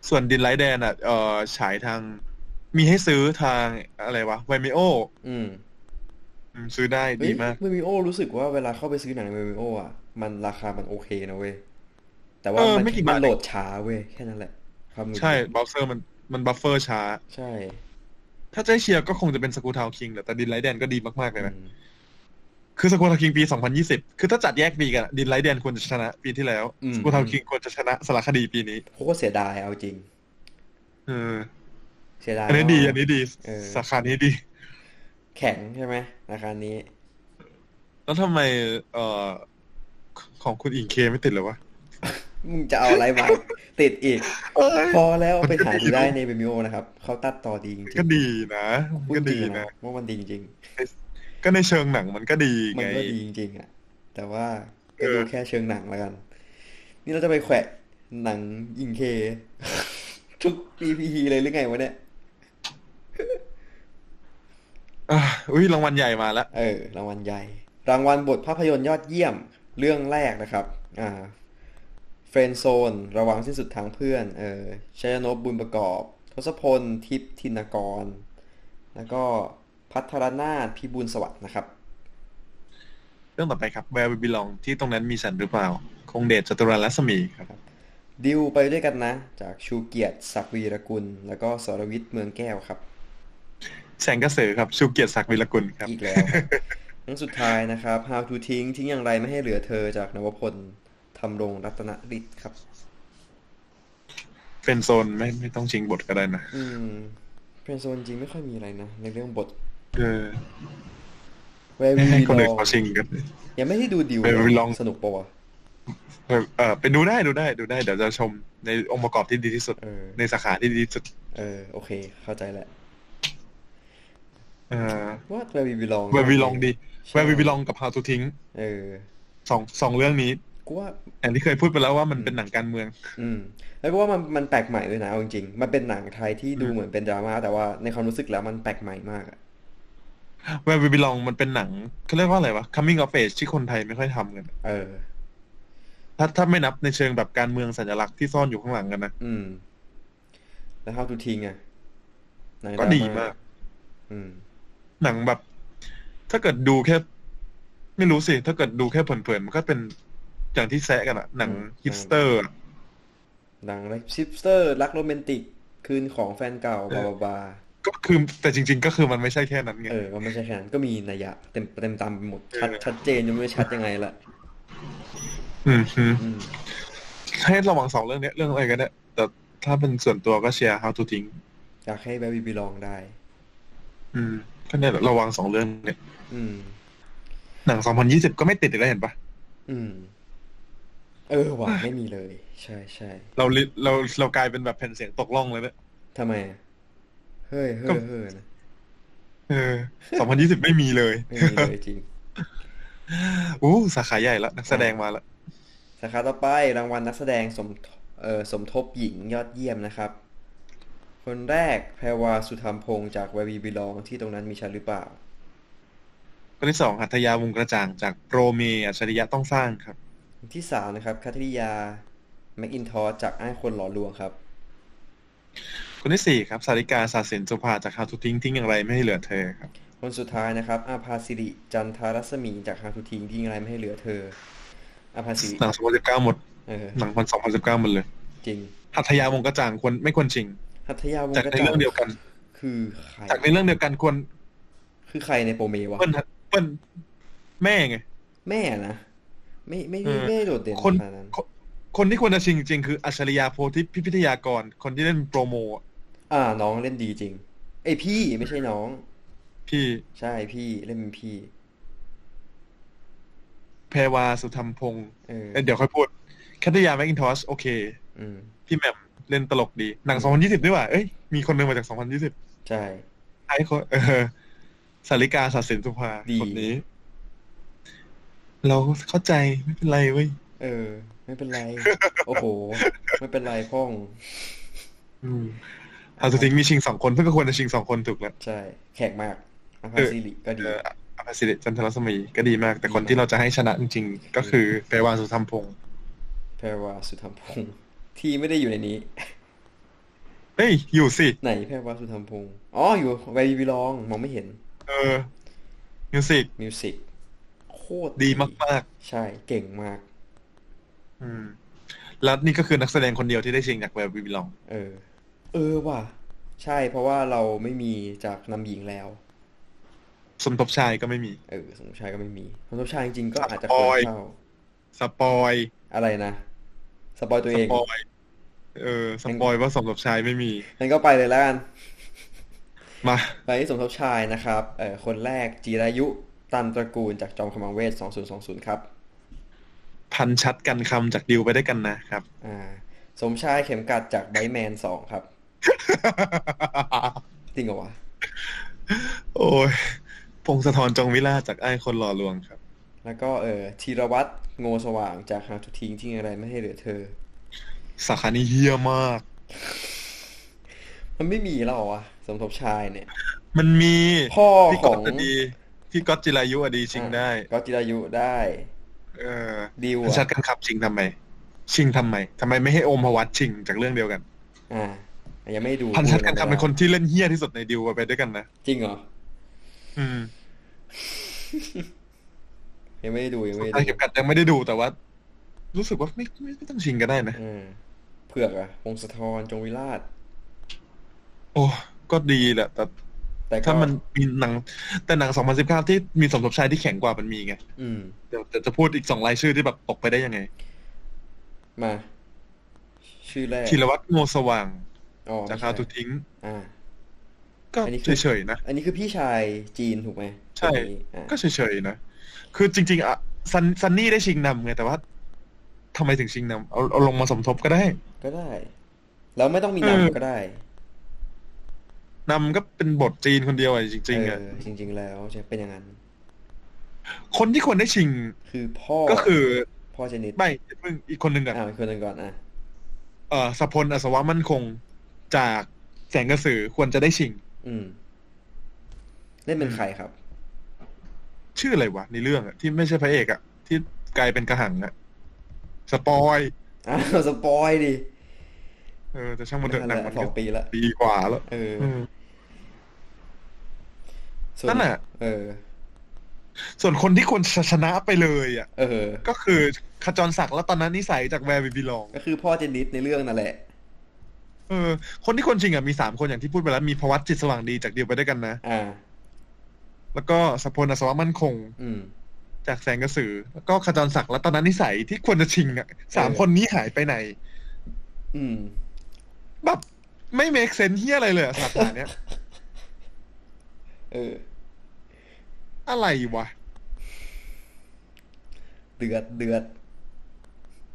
ส่วนดินไร้แดนอ่ะเอ่อฉายทาง มีให้ซื้อทางอะไรวะไวเมโอ
อืม
มซื้อได้
เฮ้ย
ดีมาก
เมมิโอรู้สึกว่าเวลาเข้าไปซื้อหนังในเมมิโออ่ะ มันราคามันโอเคนะเว้ย แต่ว่า
เออ
มัน
ไม่กี่
มัน
บาท
โหลดช้าเว้ย แค่นั้นแหละความหงุด
ใช่
หงิด
บัฟเฟอร์มันมันบัฟเฟอร์ช้า
ใช่
ถ้าจะให้เชียร์ก็คงจะเป็นสกูทาวคิงแหละแต่ดินไร้แดนก็ดีมากๆเลยนะ
อืม
คือสกูทาวคิงปี 2020 คือถ้าจัดแยกปีกันอะดินไลท์แดนควรจะชนะปีที่แล้วสกูทาวคิงควรจะชนะสารคดีปีนี้
โคตรเสียดายเอาจริง
เออ
เสียดาย
อันนี้ดี
มาก
อันนี้ดี
เออ
สาขานี้ดี
แข็งใช่ไหมราคานี้
แล้วทำไมเอ่อของคุณอิงเคไม่ติดเหรอวะ
มึงจะเอาอะไร มา ติดอีก
เอ้ย
พอแล้วไปหาดูได้ในเบมิโอนะครับ เขาตัดต่อดีจริง
ก็ดีนะ
ๆ
มันก็
พู
ดี
จริง
นะ
ว่ามันดีจริง
ก็ในเชิงหนังมันก็ดี
ๆมัน
ไง
ก็ดีจริงๆอ่ะ แต่ว่า
เอ
ก็
อ
ดูแค่เชิงหนังแล้วกัน นี่เราจะไปแขวะหนังยิงเค ทุก EP เลยหรือไงวะเนี่ย
อ่ะอุ้ยรางวัลใหญ่มาแล้ว
เออรางวัลใหญ่ รางวัลบทภาพยนตร์ยอดเยี่ยมเรื่องแรกนะครับ อ่าเฟรนโซน ระวังสิ้นสุดทางเพื่อน เออชัยนพบุญประกอบ ทศพล ทิพย์ธินกร แล้วก็พัทรนาถพิบูลสวัสดิ์นะครับ
เรื่องต่อไปครับ Where We Belong ที่ตรงนั้นมีฉันหรือเปล่า คงเดชจตุรัสรัศมีครับ
ดิวไปด้วยกันนะ จากชูเกียรติศักดิ์วีรกุล แล้วก็สรวิทย์เมืองแก้วครับ
แสงกระสือครับชูเกียรติศักดิ์วิรกุลครับ
อีกแล้ว ครับเรื่องสุดท้ายนะครับ How to ทิ้งทิ้งอย่างไรไม่ให้เหลือเธอจากนวพลทำรงรัตนฤทธิ์ครับ
เป็นโซนไม่ไม่ต้องชิงบทก็ได้นะ
อืมเพนโซนจริงไม่ค่อยมีอะไรนะ ในเรื่องบท
เออ
Where
ไม่
We
ให้คนอื่น
Belong
เขาชิงกัน
ยังไม่ได้ดูดิว
Where We
เลย
Belong
สนุกปะวะ
เออเออไปดูได้ดูได้ดูได้ เดี๋ยวจะชมในองค์ประกอบที่ดีที่สุด
เออ
ในสาขาที่ดีที่สุด
เออ โอเค เข้าใจแล้ว
เออ
ว่า Where We Belong
แวร์วีลองดี
ใช่
แวร์วีลองกับ How to ทิ้ง
เออ
สองสองเรื่องนี้
กูว่า
อันที่เคยพูดไปแล้วว่ามันเป็นหนังการเมือง
อืม แล้วก็ว่ามันมันแปลกใหม่ด้วยนะเอาจริงๆมันเป็นหนังไทยที่ดูเหมือนเป็นดราม่าแต่ว่าในความรู้สึกแล้วมันแปลกใหม่มากอะ
แวร์วีลองมันเป็นหนังเขาเรียกว่าอะไรวะ coming of age ที่คนไทยไม่ค่อยทำกัน
เออ
ถ้าถ้าไม่นับในเชิงแบบการเมืองสัญลักษณ์ที่ซ่อนอยู่ข้างหลังกันนะ
อืม แล้ว How to ทิ้งอะหนัง
ก็
รา
ดี
ม่าม
าก
อืม
หนังแบบ ถ้าเกิดดูแค่ ไม่รู้สิ ถ้าเกิดดูแค่เผินๆมันก็เป็นอย่างที่แซะกันอะหนัง
อืม
ฮิปสเตอร์อะ
หนังอะไรชิปสเตอร์รักโรแมนติก คืนของแฟนเก่าบาบาบา
ก็คือแต่จริง ๆ ก็คือมันไม่ใช่แค่นั้นไง
เออมันไม่ใช่แค่นั้นก็มีนัยยะเต็มเต็มตามไปหมดชัด
เออ
ชัดเจนยังไม่ชัดยังไงล่ะ
อืมฮึ
อืม
ให้ระวังสองเรื่องเนี้ยเรื่องอะไรก็ได้แต่ถ้าเป็นส่วนตัวก็เชียร์ How to Think
อยากให้แบบบีบีลองได้
อืมก็เนี่ยแหละระวังสองเรื่องเนี่ย
อืม
หนังสองพันยี่สิบก็ไม่ติดอีกแล้วเห็นปะ
อืม เออว่ะไม่มีเลย ใช่ใช่
เราลิเราเรากลายเป็นแบบแผ่นเสียงตกล่องเลยเนี่ย
ทำไมอะเฮ้ยเฮ้ยเฮ้ยนะ
เออสองพันยี่สิบไม่มีเลย
ไม่มีเลยจริง
อู้สาขาใหญ่ละนักแสดงมาละ
สาขาต่อไปรางวัลนักแสดงสมทเอ่อสมทบหญิงยอดเยี่ยมนะครับ คนแรกแพรวาสุธรรมพงศ์จากแวบีบีลองที่ตรงนั้นมีฉันหรือเปล่า
คนที่สองหัตถยาวงกระจ่างจากโปรเมอัจฉริยะต้องสร้างครับ
ที่สามนะครับคาทริยาแมคอินทอสจากอ้ายคนหล่อลวงครับ
คนที่สี่ครับสาริกาสาสินสุภาจาก How to Think ทิ้งอย่างไรไม่ให้เหลือเธอครับ
คนสุดท้ายนะครับ อาภาสิริจันทารัศมีจากฮาทุทิงที่ยังไรไม่ให้เหลือเธอ อาภาสิริ
หนังสองพันสิบเก้าหมด
เออ
หนังพันสองพันสิบเก้าหมดเลย
จริง
หัตถยาวงกระจ่างควรไม่ควรชิง
หัตถยาวง
จาก
กระ
ใน
จ่า
เรื่องเดียวกัน
คือใคร
จากในเรื่องเดียวกันควร
คือใครในโปรเมวะ
เปิ้ลเปิ้ลแม่ไง
แม่นะไม่ไม่
เอ
ไม่
อ
ไม่โดดเด่น
คน
ขนาดนั้น
คนคนที่ควรจะชิงจริงๆคืออัจฉริยะโพธิพิพิทยากร คนที่เล่นโปรโมอะ
อ่าน้องเล่นดีจริงไอยพี่ไม่ใช่น้อง
พี่
ใช่พี่เล่นเป็นพี่
แพรวาสุธรรมพงษ์
เออ
เอ้ยเดี๋ยวค่อยพูดแคทยาแมกินทอสโอเค
อืม
พี่แหมมเล่นตลกดี หนัง 2020ด้วยว่ะเอ้ย มีคนหนึงมาจาก 2020
ใช่
ไอ้คนเออสาริกาศาสินสุภาคนนี้ เราเข้าใจไม่เป็นไรเว้ย
เออ ไม่เป็น ไร โอ้โห ไม่เป็นไรพ่อง
อืมอาสุทิงมีชิงสองคนเพื่อนก็ควรจะชิงสองคนถูกแล้ว
ใช่ แขกมากอภั
เอ
ส
อ
สิริก็ดี
เอ่ออภิสิริจันทรสมีก็ดีมาก แต่คนที่เราจะให้ชนะจริงๆ ก็คือแปรวาสุธรรมพงษ์
แพรวาสุธรรมพงษ์ที่ไม่ได้อยู่ในนี้
เอ้ย อยู่สิ
ไหนแพรวาสุธรรมพงษ์อ๋อ อยู่ไววิลอง มองไม่เห็น
เออ มิวสิก
มิวสิกโคตร
ดีมาก
ใช่ เก่งมาก
ๆ อืม แล้วนี่ก็คือนักแสดงคนเดียวที่ได้ชิงจากแวร์วิลอง
เออ เออว่ะ ใช่ เพราะว่าเราไม่มีจากนำหญิงแล้ว
สมทบชายก็ไม่มี
เออสมชายก็ไม่มีสมชายจริงๆก็อาจจะ
สป
คว
อ
ร
ย
เข้า
สปอย
อะไรนะ สปอยตัว
ส
เอง
ปอยเออ สปอยว่าสมทบชายไม่มี
งั้นก็ไปเลยแล้วกัน
มา
ไปที่สมทบชายนะครับเอ่อคนแรกจีรายุ ตันตระกูลจากจอมขมังเวท 2020 ครับ
พันชัดกันคำจากดิวไปได้วยกันนะครับ
อ่า สมชายเข็มกัดจากไบแมน 2 ครับ จริงเหรอวะ
โอ้ยพงศธรจงวิลาศจากไอ้คนหล่อลวงครับ
แล้วก็เอ่อธีรวัตรโงสว่างจากหาทุกทิ้งที่อะไรไม่ให้เหลือเธอ
สาขานี้เฮี้ยมาก
มันไม่มีแล้วเหรอวะสมทบชาย เนี่ย
มันมี
พ่อ
พี่
ข
ก๊อ
อ
ต
ง
อะดีพี่ก๊อตจิรายุอะดีชิงได้
ก็จิรายุได้
เออ
ดิว
พัน
อะ
ชัดกันคำชิงทำไม ชิงทำไมทำไมไม่ให้โอมพวัตชิงจากเรื่องเดียวกัน
อ่า ยังไม่ดู
พันชัดกัน
พู
คำ
ด
เป็นคนที่เล่นเฮี้ยที่สุดในดิวไปด้วยกันนะ
จริงเหรอ
อืม
ยังไม่ได้ดูยังไม่ได้
ไอ้
ดู
เก็บกัดยังไม่ได้ดูแต่ว่า รู้สึกว่าไม่ไม่ไม่ต้องชิงก็ได้นะ
อ่าเผือกอะวงศธรจงวิราช
โอ้ก็ดีแหละ แต่
แต่ก็
ถ้ามันมีหนัง แต่หนัง 2019 ที่มีสมทบชายที่แข็งกว่ามันมีไง
อืม
เดี๋ยวจะจะพูดอีกสองรายชื่อที่แบบตกไปได้ยังไง
มา ชื่อแรก
ธีรวัตรโงสว่าง
อ๋อ
จา
ไม่
ก
ใช่
คาทุทิ้ง
อ่า
ก็
อันนี้คือ
เฉยๆนะ
อันนี้คือพี่ชายจีนถูกไหม
ใช่
คนนี้อ่า
ก็เฉยๆนะ คือจริง ๆอ่ะซันซันนี่ได้ชิงนำไง แต่ว่าทำไมถึงชิงนำเอาเอาลงมาสมทบก็ได้
ก็ได้ แล้วไม่ต้องมี
เออ
นำก็ได้
นำก็เป็นบทจีนคนเดียวอ่ะจริง ๆอ่ะ
เออจริง ๆ แล้วจะเป็นอย่างนั้น
คนที่ควรได้ชิง
คือพ่อ
ก็คือ
พ่อชนิด
ไม่เพิ่งอีกคนหนึ่งอ่ะ
อ้าวอีกคนหนึ่งก่อนอ่ะ
เอ่อสพลอสวะมั่นคงจากแสงกระสือควรจะได้ชิง
อืม เล่นเป็นใครครับ
ชื่ออะไรวะในเรื่องอ่ะที่ไม่ใช่พระเอกอ่ะที่กลายเป็นกระหังอ่ะสปอย
อ้าวสปอยดิ
เออแต่ช่างมันเถอะหนั
นั่
ง
นแห
มั
ละ
น
สอ
ก็
งปีละ
ดีกว่าแล้ว
เออ
อืม
ส่วน
นั่นน่ะ
เออ
ส่วนคนที่ควรจะชนะไปเลยอ่ะ
เออ
ก็คือขจรศักดิ์แล้วตอนนั้นนิสัยจากแวร์บิบิลอง
ก็คือพ่อเจนิดในเรื่องนั่นแหละ
เออ คนที่คนจริงอ่ะมีสามคนอย่างที่พูดไปแล้วมีพวัตจิตสว่างดีจากเดียวไปได้วยกันนะ
อ่า
แล้วก็สพลอสวะมั่นคง
อืม
จากแสงกระสือ แล้วก็ขจรศักดิ์แล้วตอนนั้นนิสัยที่ควรจะชิงอ่ะสาม
เออ
คนนี้หายไปไหน
อืม
แบบไม่เมคเซนเฮียอะไรเลยอะสาขาเนี้ย
เออ
อะไรวะ
เดือดเดือด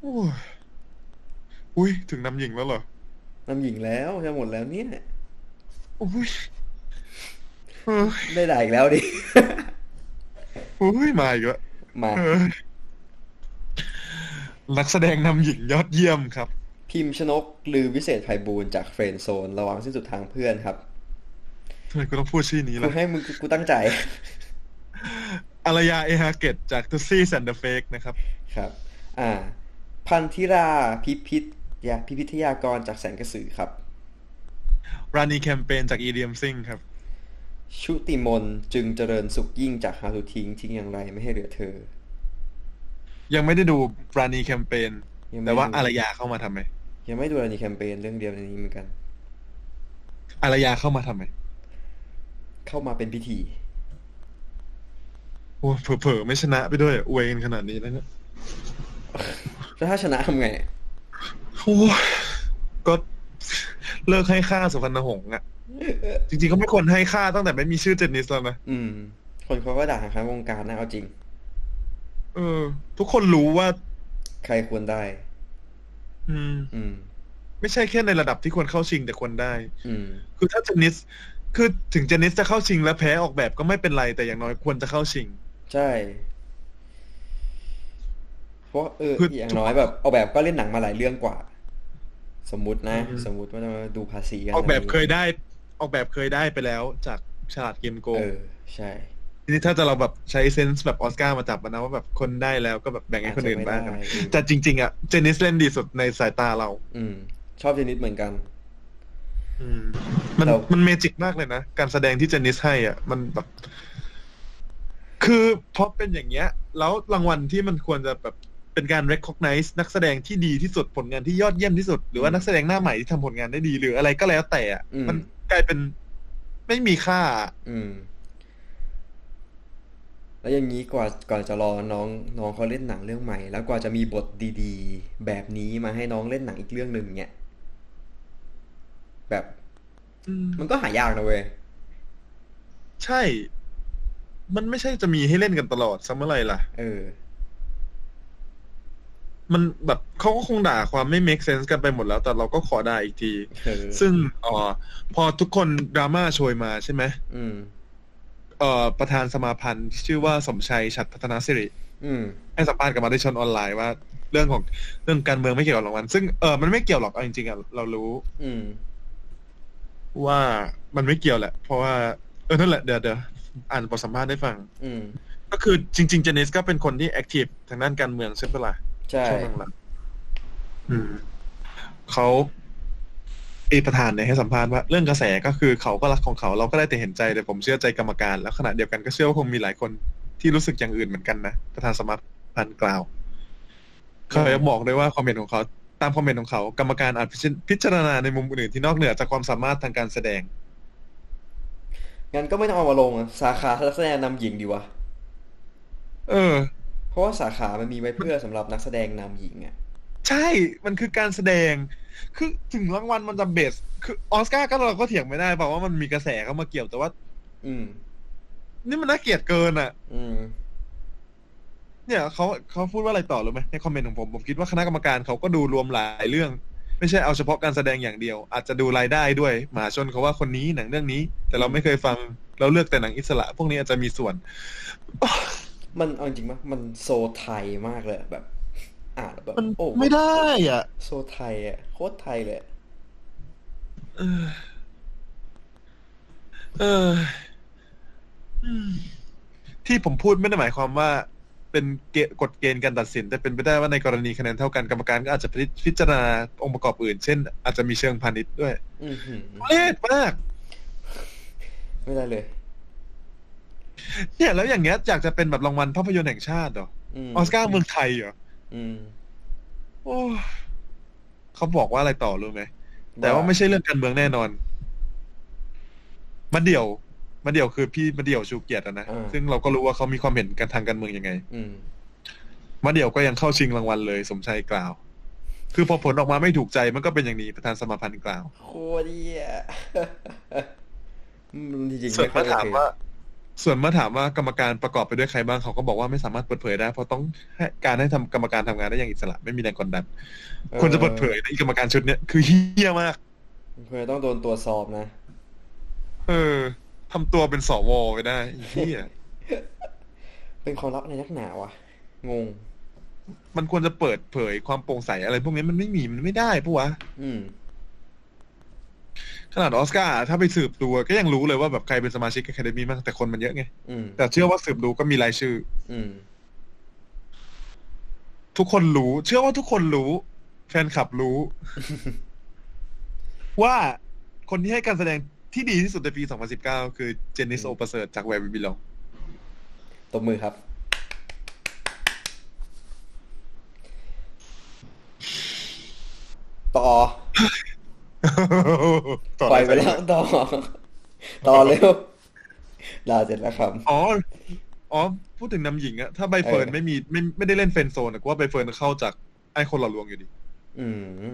โอ้ยอุ้ยถึงนำหญิงแล้วเหรอน
ำหญิงแล้วจะหมดแล้วเนี่ย
อุ้ยเออ
ได้ด่าอีกแล้วดิ
อุ้ยมาอีกแล้ว
มา
เออนักแสดงนำหญิงยอดเยี่ยมครับ
พิมพ์ชนกลือวิเศษไพบูลย์จากเฟรนด์โซน ระหว่างสิ้นสุดทางเพื่อนครับ
ทำไมกูต้องพูดชื่อนี้
กู
ล่ะ
ให้มึงกูตั้งใจ
อารยาเอฮาเกตจากทูซี่แซนเดอร์เฟกนะครับ
ครับ อ่า พันธิราพิพิธยาพิพิทยากรจากแสงกระสือครับ
รานีแคมเปญจากอีเดียมซิงครับ
ชุติมนจึงเจริญสุขยิ่งจากฮารุทิ้งทิ้งอย่างไรไม่ให้เหลือเธอ
ยังไม่ได้ดูรานีแคมเปญ
ยังไม่ได้ดู
แต่ว่าอารยาเข้ามาทำไม
ยังไม่ดูอะไรในแคมเปญเรื่องเดียวในนี้เหมือนกัน
อารยาเข้ามาทำไม
เข้ามาเป็นพิธี
โอ้เผลอๆไม่ชนะไปด้วยอวยกันขนาดนี้แล้วเนี่ย
แล้วถ้าชนะทำไง
โอ้ยก็เลิกให้ค่าสุพรรณหงษ์อ่ะ จริงๆก็ไม่ควรให้ค่าตั้งแต่ไม่มีชื่อเจนนิสแล้วนะ
อืม คนเขาก็ด่าหาครับวงการนะเอาจริง
เออ ทุกคนรู้ว่า
ใครควรได้
อืม
อืม
ไม่ใช่แค่ในระดับที่ควรเข้าชิงแต่ควรได้
อืม
คือถ้าเจนนิส คือถึงเจนนิสจะเข้าชิงและแพ้ออกแบบก็ไม่เป็นไรแต่อย่างน้อยควรจะเข้าชิง
ใช่ เพราะเออ
คือ
อย่างน้อยแบบออกแบบก็เล่นหนังมาหลายเรื่องกว่า สมมุตินะ
อืม
สมมุติว่าจะมาดูภาษีกัน
ออกแบบเคยได้ ออกแบบเคยได้ไปแล้วจากฉลาดเกมโกง
เออ ใช่
ทีนี้ถ้าจะเราแบบใช้เซนส์แบบออสการ์มาจับมันนะว่าแบบคนได้แล้วก็แบบแบ่งให้คนอื่นบ้าง
จจะไม่ได้
แต่จริง ๆอ่ะเจนนิสเล่นดีสุดในสายตาเรา
อืม ชอบเทนนิสเหมือนกัน
อืมมัน
เรา
มันเมจิกมากเลยนะ การแสดงที่เจนนิสให้อ่ะ มันแบบ คือเพราะเป็นอย่างเงี้ย แล้วรางวัลที่มันควรจะแบบเป็นการ recognize นักแสดงที่ดีที่สุดผลงานที่ยอดเยี่ยมที่สุด หรือว่านักแสดงหน้าใหม่ที่ทำผลงานได้ดีหรืออะไรก็แล้วแต่อะ
อืม
มันกลายเป็นไม่มีค่า
อืม แล้วอย่างนี้กว่าก่อนจะรอน้องน้องเขาเล่นหนังเรื่องใหม่ แล้วกว่าจะมีบทดีๆ แบบนี้มาให้น้องเล่นหนังอีกเรื่องหนึ่งเนี่ยแบบ
อืม
มันก็หายากนะเว้ย
ใช่ มันไม่ใช่จะมีให้เล่นกันตลอดซะเมื่อไหร่ล่ะ
เออ
มันแบบเขาก็คงด่าความไม่ make sense กันไปหมดแล้ว แต่เราก็ขอด่าอีกที
เออ
ซึ่งเอ่อพอทุกคนดราม่าโชยมาใช่ไหม
อืม
เอ่อประธานสมาพันธ์ชื่อว่าสมชัยชัดพัฒนาสิริ
อืม
ให้สัมภาษณ์กับมาได้วยชนออนไลน์ว่า เรื่องของเรื่องการเมืองไม่เกี่ยวกับรางวัลซึ่งเออมันไม่เกี่ยวหรอกเอาจริงๆอ่ะเรารู้
อืม
ว่ามันไม่เกี่ยวแหละ เพราะว่าเออนั่นแหละเดี๋ยวเดี๋ยวอ่านบทสัมภาษณ์ได้ฟัง
อืม
ก็คือจริงๆเจเนสก็เป็นคนที่แอคทีฟทางด้านการเมืองใช่ปะล่ะ
ใช่
ช่วงหลังๆอืมเขาไอประธานเนี่ยให้สัมภาษณ์ว่า เรื่องกระแสก็คือเขาก็รักของเขาเราก็ได้แต่เห็นใจแต่ผมเชื่อใจกรรมการแล้วขณะเดียวกันก็เชื่อว่าคงมีหลายคนที่รู้สึกอย่างอื่นเหมือนกันนะประธานสมาพันธ์กล่าว เขายังบอกด้วยว่าความเห็นของเขาตามความเห็นของเขา กรรมการอาจพิจารณาในมุมอื่นๆที่นอกเหนือจากความสามารถทางการแสดง
งั้นก็ไม่ต้องเอามาลงอะสาขานักแสดงนำหญิงดีวะ
เออ
เพราะว่าสาขา มันมีไว้เพื่อสำหรับนักแสดงนำหญิงอ่ะ
ใช่ มันคือการแสดง คือถึงรางวัลมันจะเบส คือออสการ์ก็เราก็เถียงไม่ได้บอกว่ามันมีกระแสเข้ามาเกี่ยวแต่ว่า
อืม
นี่มันน่าเกลียดเกินอ่ะ
อืม
เนี่ยเขาเขาพูดว่าอะไรต่อรู้ไหมในคอมเมนต์ของผมผมคิดว่าคณะกรรมการเขาก็ดูรวมหลายเรื่อง ไม่ใช่เอาเฉพาะการแสดงอย่างเดียว อาจจะดูรายได้ด้วยหมหาชนเขาว่าคนนี้หนังเรื่องนี้ แต่เราไม่เคยฟัง เราเลือกแต่หนังอิสระ พวกนี้อาจจะมีส่วน
มันเอาจริงปะมันโซไทยมากเลยอะแบบ อ่านแล้วแบบ
มัน
โอ้
ไม่ได้อ่ะ
โซไทยอ่ะ โคตรไทยเลยอะ
เออเอออืมที่ผมพูดไม่ได้หมายความว่า เป็นเกณฑ์กฎเกณฑ์การตัดสิน แต่เป็นไปได้ว่าในกรณีคะแนนเท่ากันกรรมการก็อาจจะพิจารณาองค์ประกอบอื่น เช่น อาจจะมีเชิงพาณิชย์ด้วย
อือหือ
เล็ดมาก
ไม่ได้เลย
เนี่ยแล้วอย่างเงี้ยอยากจะเป็นแบบรางวัลภาพยนตร์แห่งชาติเหรอ
อืม
ออสการ์เมืองไทยเหรอ
อืม
โอ้เขาบอกว่าอะไรต่อรู้ไหมแต่ว่าไม่ใช่เรื่องการเมืองแน่นอนมาเดี่ยวมาเดี่ยวคือพี่มาเดี่ยวชูเกียรติอะนะ
อ่า
ซึ่งเราก็รู้ว่าเขามีความเห็นกันทางการเมืองยังไง
อืม
มาเดี่ยวก็ยังเข้าชิงรางวัลเลยสมชัยกล่าว คือพอผลออกมาไม่ถูกใจมันก็เป็นอย่างนี้ประธานสมาพันธ์กล่าว
โคตรเหี้ย อืมจริงๆ
ส่วน
ไค่อ
มา
ย
ถาม
โอเค
ว่า ส่วนมาถามว่ากรรมการประกอบไปด้วยใครบ้างเขาก็บอกว่าไม่สามารถเปิดเผยได้เพราะต้องให้การให้ทำกรรมการทำงานได้อย่างอิสระไม่มีแรงกดดัน
ออ
ควรจะเปิดเผยนะอีกรรมการชุดเนี้ยคือเฮี้ยมาก
เพื่อต้องโดนตรวจสอบนะ
เออทำตัวเป็นสวไปได้ไอ้เฮี้ย
เป็นความลับในนักหนาวะงง
มันควรจะเปิดเผยความโปร่งใสอะไรพวกนี้มันไม่มีมันไม่ได้ปะวะ
อืม
ขนาดออสการ์ถ้าไปสืบดูก็ยังรู้เลยว่าแบบใครเป็นสมาชิก a ค a d ดมีบ้างแต่คนมันเยอะไง
อืม
แต่เชื่อว่าสืบดูก็มีรายชื่อ
อืม
ทุกคนรู้ เชื่อว่าทุกคนรู้ แฟนคลับรู้ ว่าคนที่ให้การแสดงที่ดีที่สุดในปี 2019 คือเจนนิสโอประเสริฐจากแวร์บิบิ ลอง
ตบมือครับ ต่อ ปล่อยไปแล้ว ต่อ ต่อเร็ว ลาเสร็จแล้วครับ
อ๋อ อ๋อ พูดถึงนำหญิงอะถ้าใบเฟิร์น
เออ
ไม่มีไม่ไม่ได้เล่นเฟรนด์โซนอะก็ว่าใบเฟิร์นเข้าจากไอ้คนหล่อลวงอยู่ดี
อืม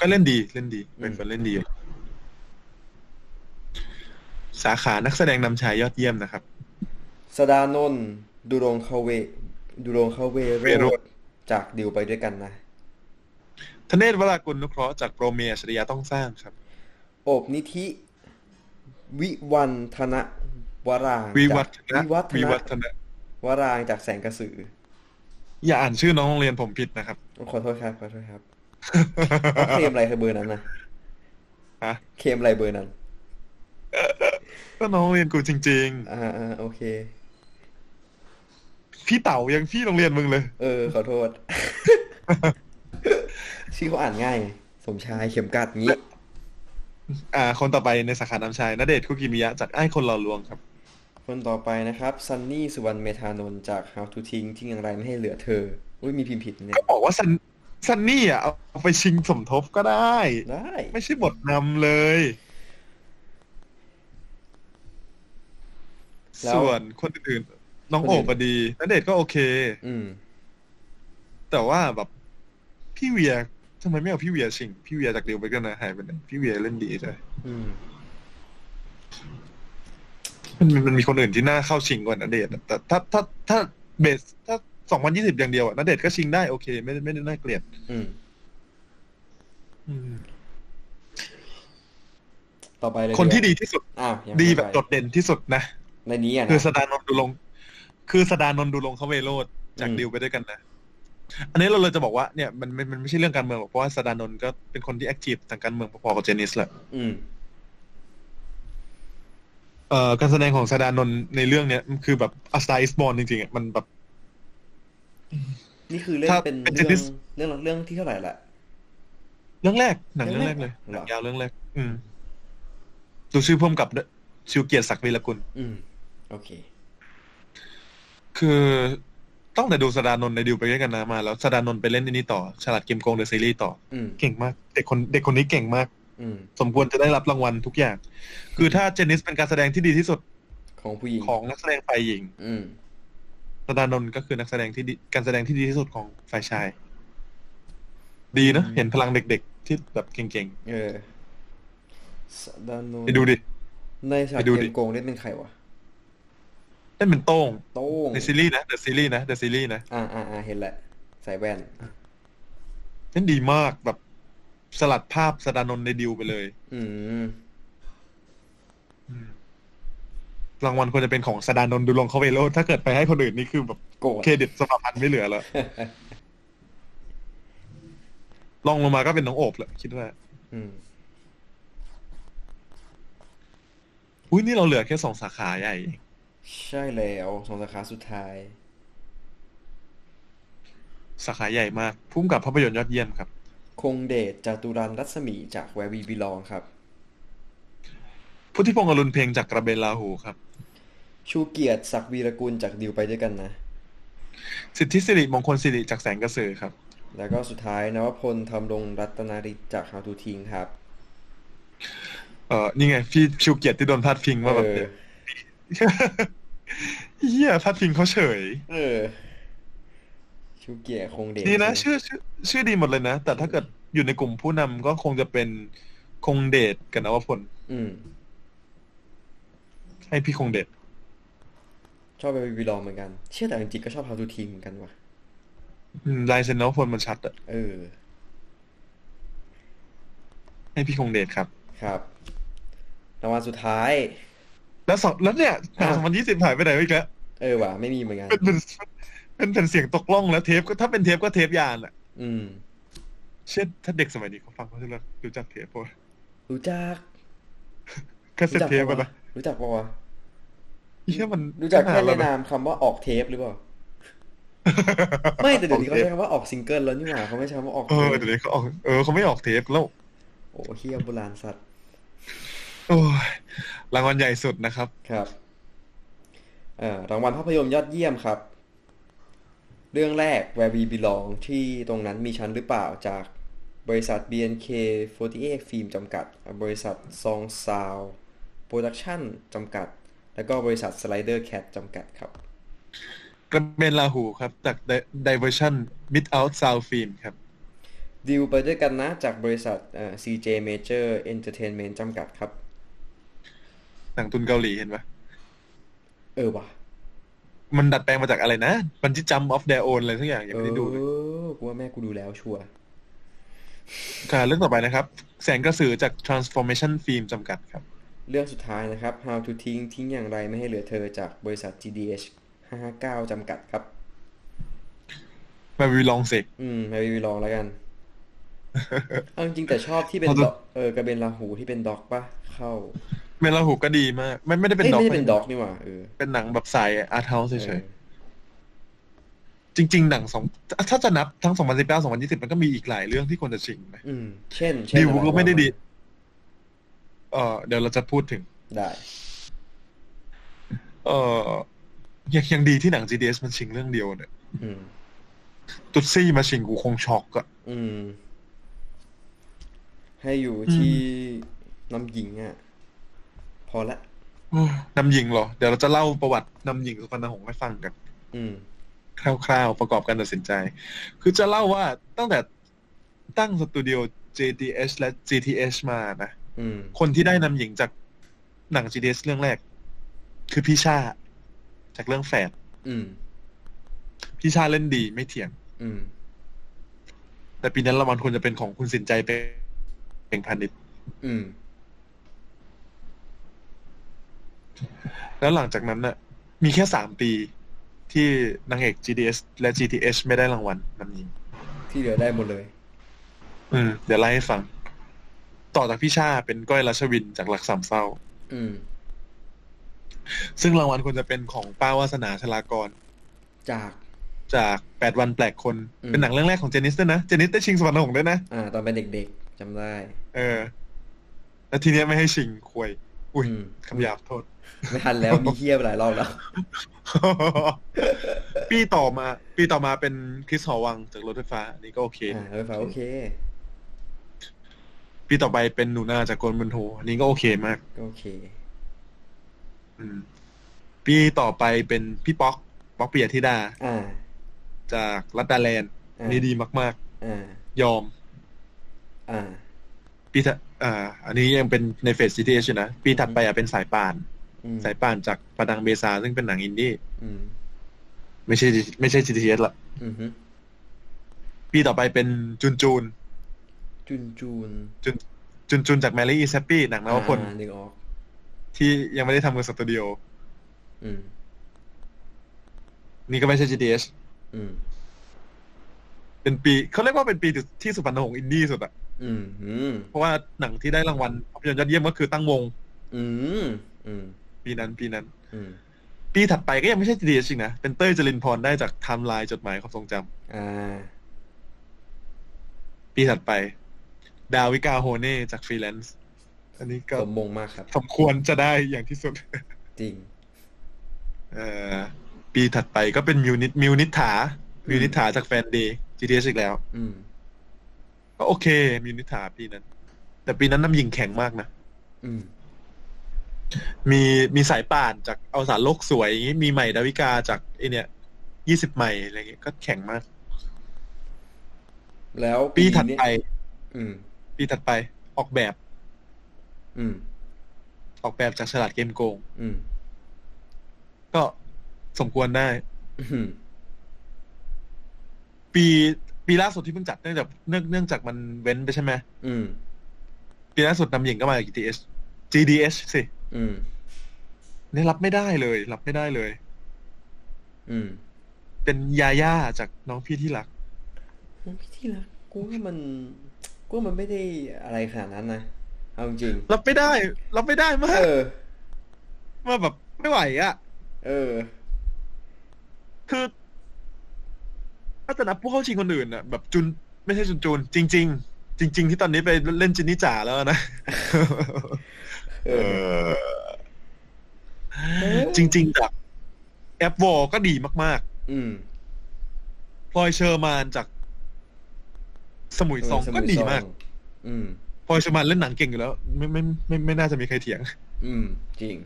ก็เล่นดีเล่นดี
อืม
ใบเฟิร์นเล่นดีอยู่สาขานักแสดงนำชายยอดเยี่ยมนะครับ
สดานนท์ดูรงคาเวดูรงคาเวโร
เวโร
ดจากดิวไปด้วยกันนะ
ธเนศวรากุลนุเคราะห์จากโปรเมียชริยาต้องสร้างครับ
โอบนิธิ วิวันธนวรางค์
วิ
จา
วั
ก
ฒนะ
วิวัฒ
วิวัฒ
นะ
นะ
วรางค์จากแสงกระสือ
อย่าอ่านชื่อน้องโรงเรียนผมผิดนะครับ
ขอโทษครับขอโทษครับเขาเคลมอะไรเบอร์นั้นนะ
ฮะ
เคลมอะไรเบอร์นั้น
ก็น้องโรงเรียนกูจริง
อ่าอ่าโอเค
ๆ พี่เต๋ายังพี่โรงเรียนมึงเลย
เออ ขอโทษ ชื่อเขาอ่านง่ายไงสมชายเข็มกัดงี้
อ่า คนต่อไปในสาขานำชายณเดชน์คุกิมิยะจากไอ้คนหล่อลวงครับ
คนต่อไปนะครับซันนี่สุวรรณเมธานนท์จาก How to ทิ้งทิ้งอย่างไรไม่ให้เหลือเธออุ้ยมีพิมพ์ผิดเนี่ย
ก็บอกว่าซันซันนี่อ่ะเอาไปชิงสมทบก็ได้
ได้
ไม่ใช่บทนำเลย
แล้ว
ส่วนคนอื่นๆน้องโอบอะดีณเดชน์ก็โอเค
อืม
แต่ว่าแบบพี่เวียทำไมไม่เอาพี่เวียชิง พี่เวียจากเดียวไปกันนะหายไปไหนพี่เวียเล่นดีใช่
อืม
มันมันมันมีคนอื่นที่น่าเข้าชิงกว่าณเดชน์อะแต่ถ้าถ้าถ้าเบสถ้าสองพันยี่สิบอย่างเดียวอะณเดชน์ก็ชิงได้โอเค ไม่ได้ไม่ได้น่าเกลียด
อืม
อืม
ต่อไปเลย
คนที่
กว่า
ดีที่สุด
อ้าวยัง
ดี
ไม่
แบบ
ไป
โดดเด่นที่สุดนะ
ในนี้อ่ะ
คือ
นะ
สดานนท์ดูลง คือสดานนท์ดูลงเขาเวโรดจาก
อืม
ดิวไปด้วยกันนะ อันนี้เราเลยจะบอกว่าเนี่ยมันมันมันไม่ใช่เรื่องการเมืองหรอกเพราะว่าสดานนท์ก็เป็นคนที่แอคทีฟทางการเมืองพอๆกับเจนิสแหละ
อืม
เอ่อการแสดงของสดานนท์ในเรื่องเนี้ยมันคือแบบอัสไตสบอลจริงๆอะมันแบบ
นี่คือเรื่อง
ถ้า
เป็น
เป็น
เรื่อง
tennis
เรื่องเรื่องที่เท่าไหร่ละ
เรื่องแรกหนังเรื่องแรกเลย
เรื่องแรกเหรอ
หนังยาวเรื่องแรก อืมดูชื่อพ่วงกับด้วยชิวเกียรติศักดิ์วีระกุล
อืม โอเค
คือตั้งแต่ดูสดานนท์ในดิวไปด้วยกันนะมา แล้วสดานนท์ไปเล่นในนี้ต่อฉลาดเกมโกงเดอะซีรีส์ต่อ
อืม
เก่งมากเด็กคนเด็กคนนี้เก่งมาก
อืม
สมควรจะได้รับรางวัลทุกอย่าง คือถ้าเจนนิสเป็นการแสดงที่ดีที่สุด
ของผู้หญิง
ของนักแสดงฝ่ายหญิง
อืม
สดานนท์ก็คือนักแสดงที่ดีการแสดงที่ดีที่สุดของฝ่ายชาย ดีเนอะ
อืม
เห็นพลังเด็กๆ ที่แบบเก่ง
เออสดานน
ๆ
ท์
ไปดูดิ
ในฉาก
ไปดู
เก
ดิ
มโกงเล่นเป็นใครวะ
เล่นเป็นโต้ง
โต้ง
ในซีรีส์นะเดอะซีรีส์นะเดอะซีรีส์นะ
อ่าอ่าอ่าเห็นแหละ ใส่แว่น
เล่นดีมากแบบสลัดภาพสดานนท์ในดิวไปเลย
อืม
อืมรางวัลควรจะเป็นของสดานนท์ดูลงเขาเวโรจน์ถ้าเกิดไปให้คนอื่นนี่คือแบบ
โกรธ
เครดิตสถาบันไม่เหลือแล้วลองลงมาก็เป็นน้องโอบแหละคิดว่า
อืม
อุ้ยนี่เราเหลือแค่สองสาขาใหญ่เอง
ใช่แล้วสองสาขาสุดท้าย
สาขาใหญ่มากพุ่มกับภาพยนตร์ยอดเยี่ยมครับ
คงเดชจาตุรันรัศมีจากแวร์วีบิลองครับ
พุทธิพงศ์อรุณเพลงจากกระเบนลาหูครับ
ชูเกียรติศักดิ์วีรกุลจากดิวไปด้วยกันนะ
สิทธิสิริมงคลสิริจากแสงกระสือครับ
แล้วก็สุดท้ายนวพลทำรงรัตนาริศจาก How to ทิ้งครับ
เออนี่ไง พี่ชิวเกียรติที่โดนพาดพิง
เอ
ว่าแบบ
อ
เฮียพาดพิงเขาเฉย
เออ ชูเกียรติคงเดช
ดีนะ
ใช่
ชื่อชื่อชื่อดีหมดเลยนะ แต่ถ้าเกิดอยู่ในกลุ่มผู้นำก็คงจะเป็นคงเดชกับนวพล
อืม
ให้พี่คงเดช
ชอบแวร์วีบิลองเหมือนกัน เชื่อแต่จริงๆก็ชอบ How to ทิ้งเหมือนกันว่ะ
อืมลายเซ็นนวพลมันชัดอะ
เออ
ให้พี่คงเดชครับ
ครับรางวัลสุดท้าย
แล้วสองแล้วเนี่ยหนังสองพันยี่สิบหายไปไหนอีกแล้ว
เออว่ะไม่มีเหมือนกัน
เป็นเป็นเป็นเป็นเสียงตกล่องแล้วเทปก็ถ้าเป็นเทปก็เทปยานอะ
อืม
เช่นถ้าเด็กสมัยนี้เขาฟังเขาจะรู้จักเทปปะ
รู้จัก
แค่เซ็
รู้
ต
จัก
เทป
ปะ
ไป
วะ
ปะ
รู้จักปะวะ
เฮียมัน
รู้จักแค่
นาน
ใน
แล้วนะ
นามคำว่าออกเทปหรือเป ล่า ไม่แต่เดี๋ยวนี้เขาใช้คำว่าออกซิงเกิลแล้วนี่หว่าเขาไม่ใช้คำว่าออก
เอ
เท
อ
ป
เดี๋ยวนี้เขาออกเออเขาไม่ออกเทปแล้ว
โอ้เฮียโบราณสัตว์
โอ้ยรางวัลใหญ่สุดนะครับ
ครับเอ่อรางวัลภาพยนตร์ยอดเยี่ยมครับ เรื่องแรก Where We Belong ที่ตรงนั้นมีชั้นหรือเปล่าจากบริษัท BNK48 ฟิล์มจำกัด บริษัท Song Sound Production จำกัด แล้วก็บริษัทสไลเดอร์แคทจำกัดครับ
กระเบนลาหูครับ จาก Diversion Mid Out Sound Film ครับ
ดิวไปด้วยกันนะจากบริษัทเอ่อ CJ Major Entertainment จำกัดครับ
หนังตุนเกาหลีเห็นปะ
เออว่ะ
มันดัดแปลงมาจากอะไรนะบันจิจัมออฟเดอ r โอนอะไรสักอย่างยัง
เอ
ไม่ได้ดูเลย
อกูว่าแม่กูดูแล้วชัวร์
ค่ะเรื่องต่อไปนะครับ แสงกระสือจาก Transformation Film จำกัดครับ
เรื่องสุดท้ายนะครับ How to ทิ้งทิ้งอย่างไรไม่ให้เหลือเธอจากบริษัท GDH 559จำกัดครับ
มาวิลองเสก
อืมไปลอง แล้วกัน เอาจริงๆแต่ชอบที่เป็น
เอาดู
ด็อกเออกระเบนลาหูที่เป็นด็อกปะเข้า
เบนลาหูก็ดีมากไม่ไม่ได้เป็น
เอ้ย
ด็
ไม่
อก
ได้เป็นด็อกนี่หว่าเออ
เป็นหนังแบบสายอาร์ทเฮาส์
เอ
เฉ
อย
ๆ จริง ๆ หนังสองถ้าจะนับทั้ง 2019 2020 มันก็มีอีกหลายเรื่องที่ควรจะชิงนะ
อืม เช่นเช่น
ดิว
อะไร
ก็ไม่ได้
ว่าา
ดี เออเดี๋ยวเราจะพูดถึง
ได้
เออยังยังดีที่หนัง GDS มันชิงเรื่องเดียวเนี่ย
อืม
ตุดซี่มาชิงกูคงช็อกอะ
อืม ให้อยู่ที่น้ำหญิงอ่ะ พอละ
นำหญิงเหรอ เดี๋ยวเราจะเล่าประวัตินำหญิงสุพรรณหงษ์ให้ฟังกัน
อืม
คร่าวๆ ประกอบการตัดสินใจ คือจะเล่าว่าตั้งแต่ตั้งสตูดิโอ JTH และ GTH มานะ
อืม
คนที่ได้นำหญิงจากหนัง GTH เรื่องแรก คือพี่ชา จากเรื่องแฝด
อืม
พี่ชาเล่นดีไม่เถียง
อืม
แต่ปีนั้นรางวัลควรจะเป็นของคุณสินใจเป็นเป็นพาณิชย์
อืม
แล้วหลังจากนั้นน่ะ มีแค่สามปีที่นางเอก GDS และ GTH ไม่ได้รางวัลนำหญิง
ที่เหลือได้หมดเลย
อืม เดี๋ยวไล่ให้ฟัง ต่อจากพี่ชาเป็นก้อยรัชวินจากหลักสามเศร้า
อืม
ซึ่งรางวัลควรจะเป็นของป้าวาสนาชลากร
จาก
จากแปดวันแปลกคน
อืม
เป็นหนังเรื่องแรกของเจนิสด้วยนะ เจนิสได้ชิงสวรรค์หงส์ด้วยนะ
อ่า ตอนเป็นเด็กๆจำได้
เออ แล้วทีเนี้ยไม่ให้ชิงควย อุ้ย
อืม
คำหยาบโทษ
ไม่ทันแล้วมีเฮียไปหลายรอบแล้ว
ปีต่อมา ปีต่อมาเป็นคริสหอวังจากรถไฟฟ้าอันนี่ก็โอเค
อ่าเออฟ้าโอเค
ปีต่อไปเป็นหนูนาจากโกนบนโทอันนี้ก็โอเคมาก
ก็โอเค
อืม ปีต่อไปเป็นพี่ป๊อก ป๊อกเปียธิดา
อ่า
จากรัตตาแลนด์
อ่า
อันนี้ดีมาก
อ่า
ๆ ยอม
อ่า
ปีถัดอ่า อันนี้ยังเป็นในเฟส GTH อยู่นะ ปีถัดไปอ่ะเป็นสายป่าน
อืม
สายป่านจากประดังเบซา ซึ่งเป็นหนังอินดี้
อืม
ไม่ใช่ ไม่ใช่ GTH ละ
อือฮึ
ปีต่อไปเป็นจุนจูน
จุนจูน
จุนจุนจูนจากแมรี่อีแซปปี้หนังนวพล
อ่านึกออก
ที่ยังไม่ได้ทำกับสตูดิโอ
อืม
นี่ก็ไม่ใช่ GTH
อืม
เป็นปีเขาเรียกว่าเป็นปีที่สุพรรณหงษ์อินดี้สุดอะ
อืม อืม
เพราะว่าหนังที่ได้รางวัลภาพยนตร์ยอดเยี่ยมก็คือตั้งวง
อืม อืม
ปีนั้นปีนั้น
อืม
ปีถัดไปก็ยังไม่ใช่จีดีจริงนะ เป็นเต้ยจรินพรได้จากไทม์ไลน์จดหมายความทรงจำ
อ่า
ปีถัดไป ดาวิกาโฮเน่จากฟรีแลนซ์อันนี้ก็
สมมงมากครับ
สมควรจะได้อย่างที่สุด
จริง
เอ่อปีถัดไปก็เป็นมิวนิทมิวนิถามิวนิถาจากแฟนเดย์จีดีอีกแล้ว
อืม
ก็โอเคมิวนิถาปีนั้น แต่ปีนั้นน้ำหญิงแข็งมากนะ
อืม
มีมีสายป่านจากเอาสารโลกสวยอย่างงี้มีใหม่ดาวิกาจากไอเนี่ยยี่สิบใหม่อะไรเงี้ยก็แข็งมาก
แล้ว
ปีถัด
เนี้ย
ไป
อืม
ปีถัดไปออกแบบ
อืม
ออกแบบจากฉลาดเกมโกง
อืม
ก็สมควรได้
อืม
ปีปีล่าสุดที่เพิ่งจัดเนื่องจากเนื่องเนื่องจากมันเว้นไปใช่ไหม
อืม
ปีล่าสุดนำหญิงก็มาจาก GDS GDS สิ
อืม
เนี่ยรับไม่ได้เลย รับไม่ได้เลย
อืม
เป็นยาย่าจากน้องพี่ที่รัก
โอ้พี่ที่รักกูว่ามัน กูว่ามันไม่ได้อะไรขนาดนั้นนะ เอาจริง
รับไม่ได้ รับไม่ได้
ๆเอ
มาก
อ
มาแบบไม่ไหวอะ่ะ
เออ
คือ ถ้าจะนับผู้เข้าชิงคนอื่นอ่ะ แบบจุนไม่ใช่จุนจูนจริง ๆ จริง ๆ ที่ตอนนี้ไปเล่นจินนี่จ๋าแล้วนะ
เออ
เออจริง ๆ จากแอปวอลก็ดีมาก
อืม
ๆพลอยเชอร์มานจาก สมุยซอง
เสมุ
ก็
ย
ดี
ซอง
มาก
อืม
พลอยเชอร์มานเล่นหนังเก่งอยู่แล้ว ไม่ไม่ไมไม่ไม่น่าจะมีใครเถียง
อืม จริง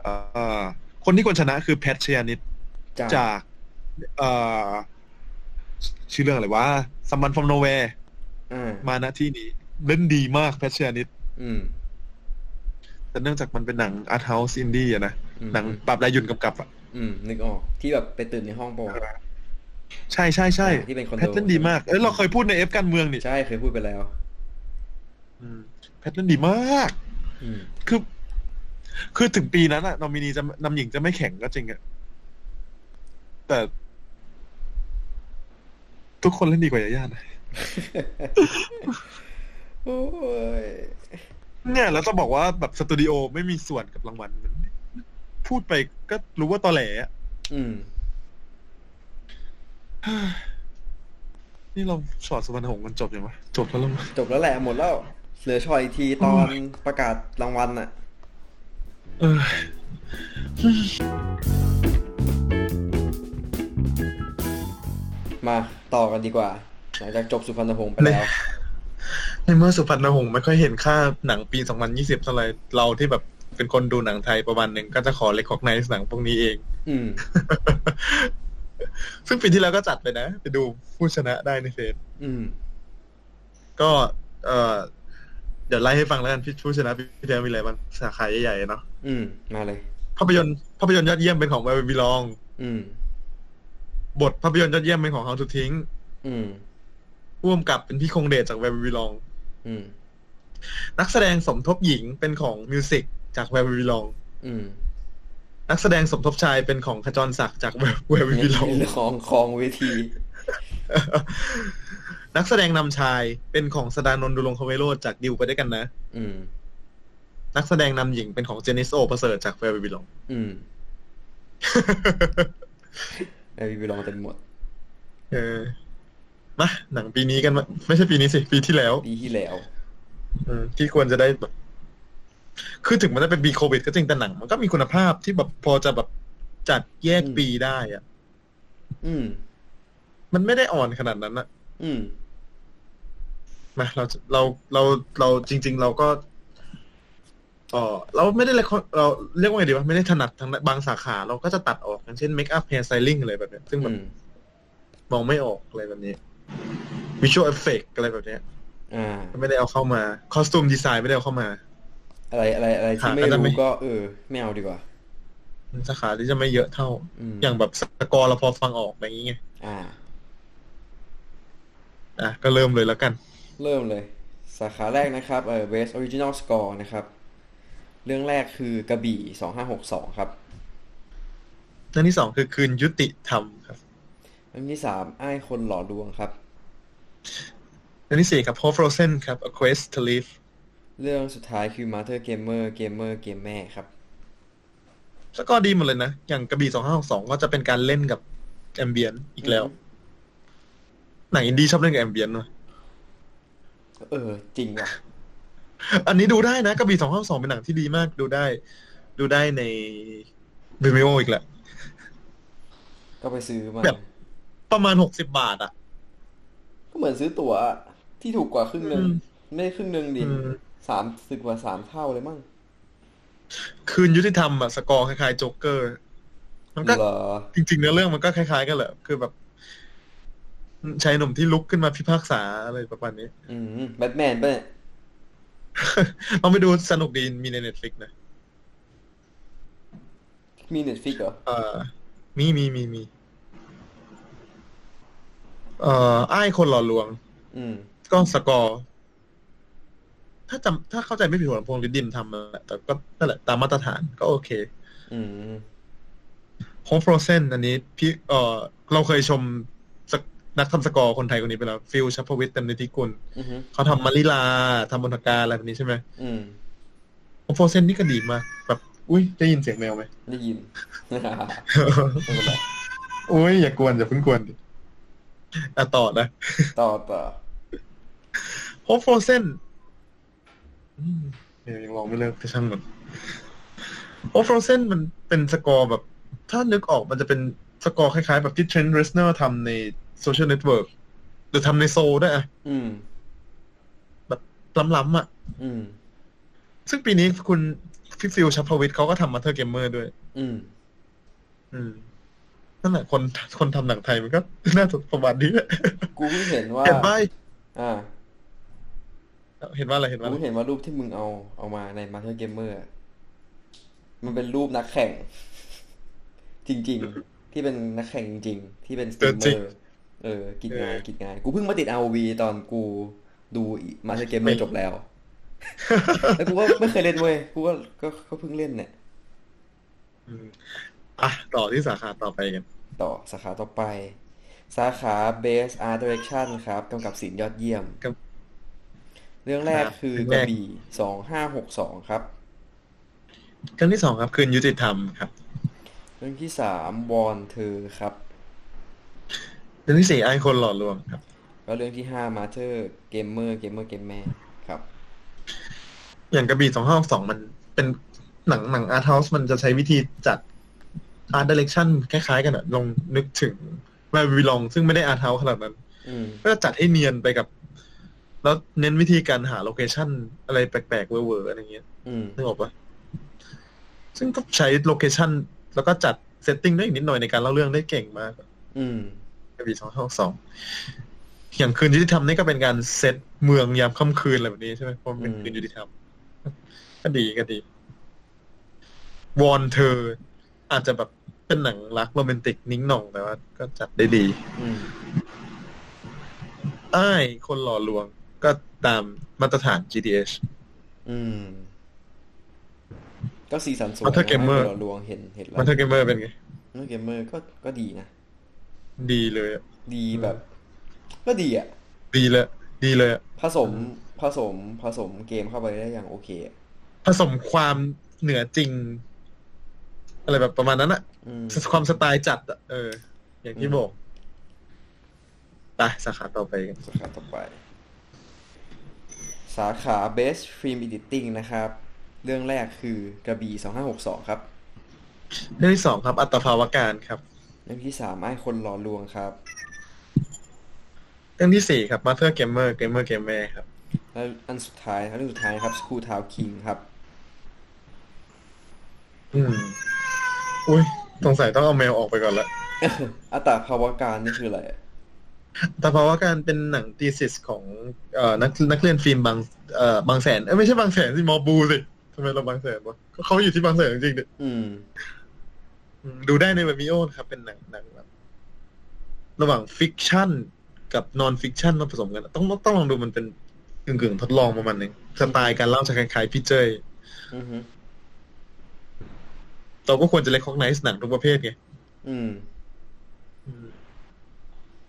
เอ่อคนที่ควรชนะคือแพทชยานิต
จาก
จาก เอ่อชื่อเรื่องอะไรวะสัมบันฟอมโนเว
อ่า
มาณที่นี้ เล่นดีมากแพทชยานิต
อืม
แต่เนื่องจากมันเป็นหนังอาร์ตเฮาส์อินดี้อะนะ
อืม
หนังปราบดายุนกำกับอะ
อืมนึกออกที่แบบไปตื่นในห้องปะวะ
ใช่ใช่ใช่
ที่เป็นคอนโด
แพทเล่นดีมากเอ้ยเราเคยพูดในเอฟการเมืองนี่
ใช่เคยพูดไปแล้ว
อืมแพทเล่นดีมาก
อืม
คือ คือถึงปีนั้นอะนอมินีจะนำหญิงจะไม่แข็งก็จริงอะแต่ ทุกคนเล่นดีกว่ายาย่านะ
โอ้ย
เนี่ย แล้วจะบอกว่าแบบสตูดิโอไม่มีส่วนกับรางวัลมันพูดไปก็รู้ว่าตอแหลอะ
อืม
นี่เราสอดสวรรณหงส์กันจบยังวะจบแล้วแล้วมั้ง
จบแล้วแหละหมดแล้ว เหลือชอยอีกทีตอนประกาศรางวัลน่ะ
เออ
มาต่อกันดีกว่า หลังจากจบสุพรรณหงส์ไปแล้ว
ในเมื่อสุพรรณหงส์ไม่ค่อยเห็นค่าหนังปี 2020เท่าไหร่เราที่แบบเป็นคนดูหนังไทยประมาณหนึ่งก็จะขอเล็กของในหนังพวกนี้เอง
อืม
ซึ่งปีที่แล้วก็จัดไปนะ ไปดูผู้ชนะได้ในเฟซ
อืม
ก็เออเดี๋ยวไล่ให้ฟังแล้วกันพี่ผู้ชนะปีที่แล้วมีอะไรบ้างสาขาใหญ่ๆเนาะ
อืม มาเลย
ภาพยนตร์ภาพยนตร์ยอดเยี่ยมเป็นของแวร์บิลอง
อืม
บทภาพยนตร์ยอดเยี่ยมเป็นของเฮาทูทิ้ง
อืม
ร่วมกับเป็นพี่คงเดชจากแวร์บิลอง
อืม
นักแสดงสมทบหญิงเป็นของมิวสิกจากแวร์บิลอง
อืม
นักแสดงสมทบชายเป็นของขจรศักดิ์จากแวร์บิลอง
เรื่องของของเวที
นักแสดงนำชายเป็นของสดานนท์ดุลงคเวโรจน์จากดิวไปด้วยกันนะ
อืม
นักแสดงนำหญิงเป็นของเจนิสโอประเสริฐจากแวร์บิลอง
อืมไอวิวลองเต็มหมด
เออมาหนังปีนี้กันมาไม่ใช่ปีนี้สิ ปีที่แล้ว
ปีที่แล้ว
เออที่ควรจะได้แบบ คือถึงมันจะเป็นปีโควิดก็จริงแต่หนัง มันก็มีคุณภาพที่แบบพอจะแบบจัดแยกปีได้อะ
อืม
มันไม่ได้อ่อนขนาดนั้นอะ
อืม
มาเราเราเราเราจริง ๆ เราก็เออเราไม่ได้เลยเราเรียกว่าไงดีวะไม่ได้ถนัดทางบางสาขาเราก็จะตัดออกอย่างเช่นเมคอัพแฮร์สไตลิ่งอะไรแบบเนี้ยซึ่งแบ
อื
บ
ม
มองไม่ออกอะไรแบบนี้วิชวลเอฟเฟกอะไรแบบเนี้ย
อ่า
ไม่ได้เอาเข้ามาคอสตูมดีไซน์ไม่ได้เอาเข้ามา
อะไรอะไรอะไรที่ไม่
หาก็จะไม่
รู้ก็ เออ ไม่เอาดีกว่า
สาขาที่จะไม่เยอะเท่า
อืม
อย่างแบบสกอร์เราพอฟังออกอะไรอย่างเงี้ย
อ่า
อ่ะก็เริ่มเลยแล้วกัน
เริ่มเลย สาขาแรกนะครับเอ่อ Best Original Score นะครับ เรื่องแรกคือกระบี่สองห้าหกสองครับ
เรื่องที่สองคือคืนยุติธรรมครับ
เรื่องที่สามอ้ายคนหล่อลวงครับ
เรื่องที่สี่ครับ Hope Frozen ครับ A Quest to Live
เรื่องสุดท้ายคือ Mother Gamer Gamer เกมแม่ครับ
สกอร์ดีหมดเลยนะ อย่างกระบี่สองห้าสองก็จะเป็นการเล่นกับแอมเบียนอีกแล้ว หนังอินดี้ชอบเล่นกับแอมเบียนว่ะ
เออ จริงว่ะ
อันนี้ดูได้นะกระบี่สองห้าสองเป็นหนังที่ดีมากดูได้ ดูได้ใน Vimeo อีกแหละ
ก็ไปซื้อมา
แบบ ประมาณหกสิบบาท อ่ะ
ก็เหมือนซื้อตั๋วที่ถูกกว่าครึ่งหนึ่ง
อืม
ไม่ได้ครึ่งหนึ่งดิ
อืม
สามสึกกว่าสามเท่าเลยมั้ง
คืนยุติธรรมอะสกอร์คล้ายๆโจ๊กเกอร์ มันก็
เหรอ
จริงๆเนื้อเรื่องมันก็คล้ายๆกันแหละ คือแบบชายหนุ่มที่ลุกขึ้นมาพิพากษาอะไรประมาณนี้
อืมแบทแมนปะเนี่ย
ลองไปดูสนุกดีมีในเน็ตฟลิกนะ
มีเน็ตฟิกเหรอ
เออมีมีมีมีเอ่ออ้ายคนหล่อลวง
อืม
ก็สกอร์ ถ้าจำถ้าเข้าใจไม่ผิดหัวลำโพงหรือดิมทำมาแหละแต่ก็นั่นแหละตามมาตรฐานก็โอเค
อืม
โฮมโฟรเซนอันนี้พี่เออเราเคยชมสักนักทำสกอร์คนไทยคนนี้ไปแล้ว ฟิลชัพพวิทย์เต็มนิติกุล
อือฮึ
เขาทำมาริลาทำบนทการอะไรแบบนี้ใช่ไหม
อืม
โอโฟเซนนี่ก็ดีมากแบบ อุ้ยได้ยินเสียงแมวไหม
ได้ยิน ไม่เป็นไร
อุ้ยอย่ากวนอย่าเพิ่งกวนดิอ่ะต่อนะ
ต่อต่อ
โอโฟเซนแมวยังร้องไม่เลิกแต่ช่างมันโอโฟเซนมันเป็นสกอร์แบบ ถ้านึกออกมันจะเป็นสกอร์คล้ายๆ แบบที่เทรนด์เรสเนอร์ทำในโซเชียลเน็ตเวิร์กหรือทำในโซลด้วยอะ
อืม
แบบล้ำๆอะ
อืม
ซึ่งปีนี้คุณ พี่ฟิลชัพพวิทย์เขาก็ทำมาเธอเกมเมอร์ด้วย
อืม
อืมนั่นแหละคนคนทำหนังไทยมันก็ น่าจะประมาณนี้แหละ
กูเพิ่งเห็นว่า
เห็นไหม
อ่า
เห็นว่าอะไรเห็นว่า
กู
อะไร
เห็นว่ารูปที่มึงเอาเอามาใน Master Gamer อะมันเป็นรูปนักแข่ง จริง ๆ ที่เป็นนักแข่งจริง ๆ ที่เป็นสตรีมเมอร์เออกิจงานกิจงาน กูเพิ่งมาติด ROV ตอนกูดู Master Gamer จบ แล้ว แล้วกูก็ไม่เคยเล่นเว้ย กูก็ก็ก็เพิ่งเล่นเนี่ย
อืมอ่ะต่อที่สาขาต่อไปกัน
ต่อสาขาต่อไป สาขา Base Art Direction ครับกำกับศิลป์ยอดเยี่ยม
ครับ
เรื่องแรก
ครับ
คือ
เรื่อง
ก
แร
ระ
ก
บี่สองห้าหกสองครับ
เรื่องที่สองครับ คืนยุติธรรมครับ
เรื่องที่สามวอนเธอครับ
เรื่องที่สี่ไอ้คนหล่อลวงครับ
แล้วเรื่องที่ห้ามาเธอเกมเมอร์เกมเมอร์เกมแม่ครับ
อย่างกระบี่สองห้าสองมันเป็นหนังหนังอาร์ทเฮาส์มันจะใช้วิธีจัดอาร์ตดิเรกชันคล้ายๆ กันอะลองนึกถึงแวร์วิลองซึ่งไม่ได้อาร์ทเฮาส์ขนาดนั้น
อืม
ก็จะจัดให้เนียนไปกับ แล้วเน้นวิธีการหาโลเคชันอะไรแปลกๆเวอร์ๆอะไรเงี้ย
อืม
นึกออกปะซึ่งก็ใช้โลเคชันแล้วก็จัดเซตติ้งได้อีกนิดหน่อยในการเล่าเรื่องได้เก่งมาก
อืม
กระบี่สองห้าสองอย่างคืนยุติธรรมนี่ก็เป็นการเซตเมืองยามค่ำคืนอะไรแบบนี้ใช่ไหมเพราะมันเป็น
อืม
คืนยุติธรรม ก็ดีก็ดี วอนเธอ อาจจะแบบเป็นหนังรักโรแมนติกนิ้งหน่องแต่ว่า ก็จัดได้ดี
อืม
อ้ายคนหล่อลวง ก็ตามมาตรฐาน GTH
อืม ก็สีสันสวย
มาเธอ
นะ
เกมเมอร์
ให้คนหล่ลวงเห็นเห็นแล้ว
มาเธอเกมเมอร์เป็นไง
มาเธอเกมเมอร์ก็ก็ดีนะ
ดีเลยอะ
ดีแบบ ก็ดีอ่ะ
ดีเลยดีเลยอะ
ผสมผสมผสมเกมเข้าไปได้อย่างโอเคอะ
ผสมความเหนือจริง อะไรแบบประมาณนั้นอะ
อืม
ความสไตล์จัดอะเออ อย่างที่บอกไปสาขาต่อไปกัน
สาขาต่อไป สาขา Best Film Editing นะครับ เรื่องแรกคือกระบี่2562 ครับ
เรื่องที่สองครับ อัตภาวการครับ
เรื่องที่สามไอ้คนหล่อลวงครับ
เรื่องที่สี่ครับมาเธอร์เกมเมอร์เกมเมอร์เกมแม่ครับ
แล้วอันสุดท้ายครับเรื่องสุดท้ายนะครับ School Town King ครับ
อืม อุ้ยสงสัยต้องเอาแมวออกไปก่อนละ
อัตตาภาวการนี่คืออะไรอะ
อัตภาวการเป็นหนังตีสิสของเอ่อนักนักเรียนฟิล์มบางเอ่อบางแสนเอ้ยไม่ใช่บางแสนสิมอบูสิทำไมเราบางแสนวะก็เขาอยู่ที่บางแสนจริงๆดิ
อืม
อืมดูได้ในเวมิโอนะครับ เป็นหนังหนังแบบระหว่างฟิกชั่นกับนอนฟิกชั่นมาผสมกัน ต้องต้องต้องลองดูมันเป็นกึ่งกึ่งๆทดลองประมาณหนึงสไตล์การเล่าจะคล้ายๆพี่เจย
อือฮึ
เราก็ควรจะเล็กคอกไนซ์หนังทุกประเภทไง
อืม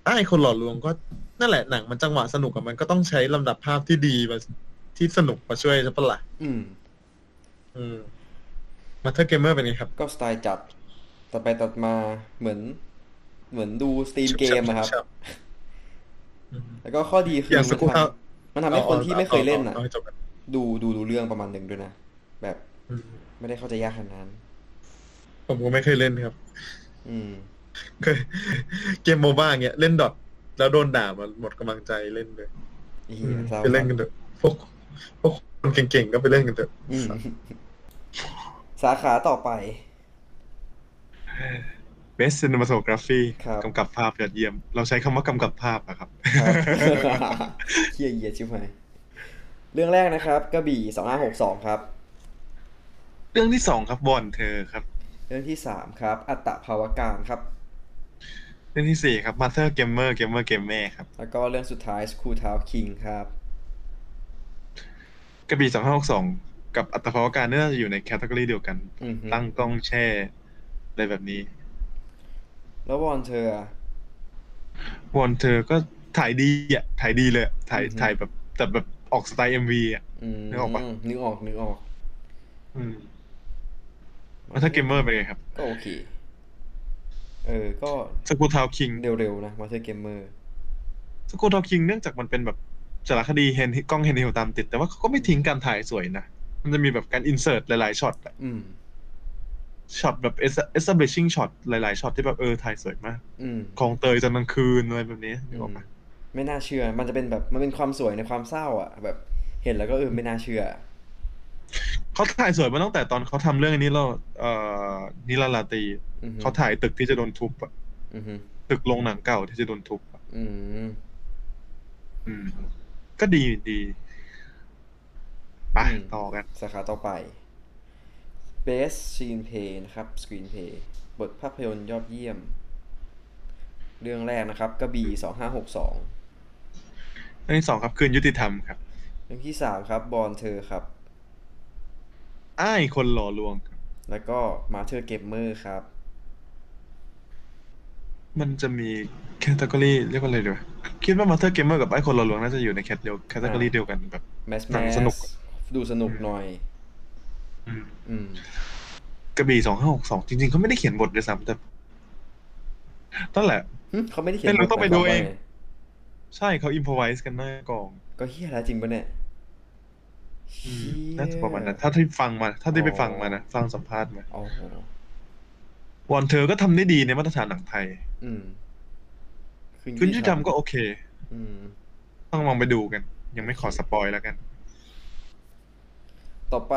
ไอ้คนหล่อลวงก็นั่นแหละหนังมันจังหวะสนุกกับมันก็ต้องใช้ลำดับภาพที่ดีมาที่สนุกมาช่วยใช่ปะล่ะ
อืม
อืมมาเธอร์เกมเมอร์เป็นไงครับ
ก็สไตล์จัด ตัดไปตัดมาเหมือน เหมือนดูสตรีมเกมอะครับ
ชับ
แล้วก็ข้อดีคือ
อ
มั
ย่าง
น
School Town
ทำมันทำให้คนที่ไม่เคยเล่น
อ่ะ
อ่ะ
อาให้จบกัน
ดูดูดูเรื่องประมาณหนึ่งด้วยนะ แบบ
อืม
ไม่ได้เข้าใจยากขนาดนั้น
ผมก็ไม่เคยเล่นครับ
อืม
เคย เกมโมบ้าอย่างเงี้ยเล่นดอทแล้วโดนด่ามาหมดกำลังใจเล่นเลย
อีเหี้ยเศร้า
ไปเล่นกันเถอะพวกพวกคนเก่งๆก็ไปเล่นกันเถอะ
อืม สาขาต่อไป
เบสซินมาโซกราฟี
ครับ
กำกับภาพยอดเยี่ยม เราใช้คำว่ากำกับภาพอะครับ
ครับเฮียเหียชิบหายเรื่องแรกนะครับ กระบี่สองห้าหกสองครับ
เรื่องที่สองครับบอลเธอครับ
เรื่องที่สามครับ อัตตภาวการครับ
เรื่องที่สี่ครับมาเธอร์เกมเมอร์เกมเมอร์เกมแม่ครับ
แล้วก็เรื่องสุดท้าย School Town King ครับ
กระบี่สองห้าหกสองกับอัตภาวการเนี่ยน่าจะอยู่ในแคตตากรีเดียวกัน
อือฮึ
ตั้งกล้องแช่อะไรแบบนี้
แล้ววอนเธออะ
บอลเธอก็ถ่ายดีอ่ะถ่ายดีเลยอะถ่าย
อือฮึ
ถ่ายแบบแต่แบบออกสไตล์เอ็มวีอ่ะ
ม
นึกออกปะ
นึกออกนึกออก
อืมมาเธอร์เกมเมอร์เป็นไงครับ
ก็โอเค เออ ก็
สกูทาวคิง
เร็วๆนะมาเธอเกมเมอร์
สกูทาวคิงเนื่องจากมันเป็นแบบสารคดีเฮนกล้องเฮนเฮลตามติด แต่ว่าเขาก็ไม่ทิ้งการถ่ายสวยนะมันจะมีแบบการอินเสิร์ตหลายๆช็อตอะ
อืม
ช็อตแบบ establishing shot หลาย ๆ ช็อตที่แบบเออถ่ายสวยมาก
อืม
คลองเตยตอนกลางคืนอะไรแบบนี้นึกออกปะ
อืมไม่น่าเชื่อ มันจะเป็นแบบ มันเป็นความสวยในความเศร้าอ่ะ แบบ เห็นแล้วก็เออไม่น่าเชื่อ
เขาถ่ายสวยมาตั้งแต่ตอนเขาทำเรื่องอันนี้แล้วเอ่อนิลาลาตรี
อือฮึ
เขาถ่ายตึกที่จะโดนทุบอะ
อือฮึ
ตึกโรงหนังเก่าที่จะโดนทุบอะ
อืม
อืม ก็ดีดีไปต่อกัน
สาขาต่อไป Best Screenplay นะครับ Screenplay บทภาพยนตร์ยอดเยี่ยม เรื่องแรกนะครับกระบี่สองห้าหกสอง
เรื่องที่สองครับคืนยุติธรรมครับ
เรื่องที่สามครับบอลเธอครับ
อ้ายคนหล่อลวงครับ
แล้วก็มาเธอเกมเมอร์ครับ
มันจะมีแคตตากรีเรียกว่าอะไรดีวะคิดว่ามาเธอร์เกมเมอร์กับไอ้คนหล่อลวงน่าจะอยู่ในแคตเดียวแคตตากรีเดียวกันแบบ
แมส
ห
แม
นังสนุก
สดูสนุกหน่อย
อืม
อืม
กระบี่สองห้าหกสองจริงๆเขาไม่ได้เขียนบทด้วยซ้ำแต่นั่นแหละ
หึเขาไม่ได้เขียน
ไม่รู้
บท
ต้องไปดูเอ
ห
ง
มายความว่าไ
ใช่เขาอิมพอไวส์กันหน้ากอง
ก็เฮียแล้วจริงปะเนี่ย
อืม
เหี้ย
น่าจะประมาณนั้นถ้าที่ฟังมา ถ้าที่ไปฟังมานะ
อ๋อ
ฟังสัมภาษณ์มา
โอ้โห
วอนเธอก็ทำได้ดีในมาตรฐานหนังไทย
อืมขึ้น
คุณยุติธรรมก็โอเค
อืม
ต้องลองไปดูกัน ยังไม่ขอสปอยแล้วกัน
ต่อไป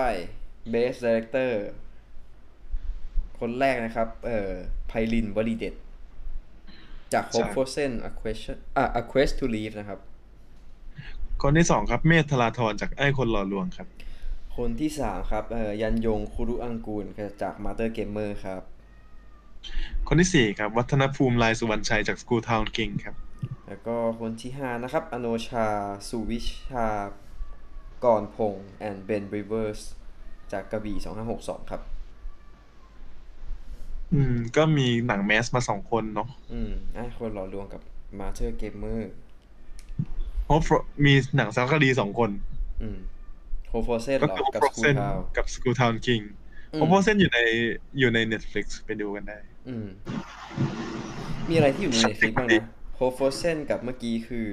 Best Director คนแรกนะครับ เอ่อไพลินวลีเด็ด จาก Hope
ใช่
for Sen A Question อ่ะ A Quest to Leave นะครับ
คนที่สองครับเมธลาธรจากไอ้คนหล่อลวงครับ
คนที่สามครับ เอ่อยันยงคุรุอังกูลจาก Mother Gamer ครับ
คนที่สี่ครับ วัฒนภูมิลายสุวรรณชัยจากสกูทาวน์กิงครับ
แล้วก็คนที่ห้านะครับ อโนชา สุวิชา ก่อนพงษ์ and Ben Rivers จากกระบี่2562 ครับ
อืม ก็มีหนังแมสมาสองคนเนาะ
อืมไอ้คนหล่อลวงกับ Master Gamer
โฮปมีหนังสารคดีสองคน
อืม Hope for Sen
ก็
หรอ
คือ
กับ
โปรเซน
Schoolhouse
กับสกูทาวน์กิง
อืม
โอโปรเซนอยู่ในอยู่ใน Netflix ไปดูกันได้
อืม มีอะไรที่อยู่ใน
Something
Netflix บ้าง
ดี
นะ Hope for Sen กับเมื่อกี้คือ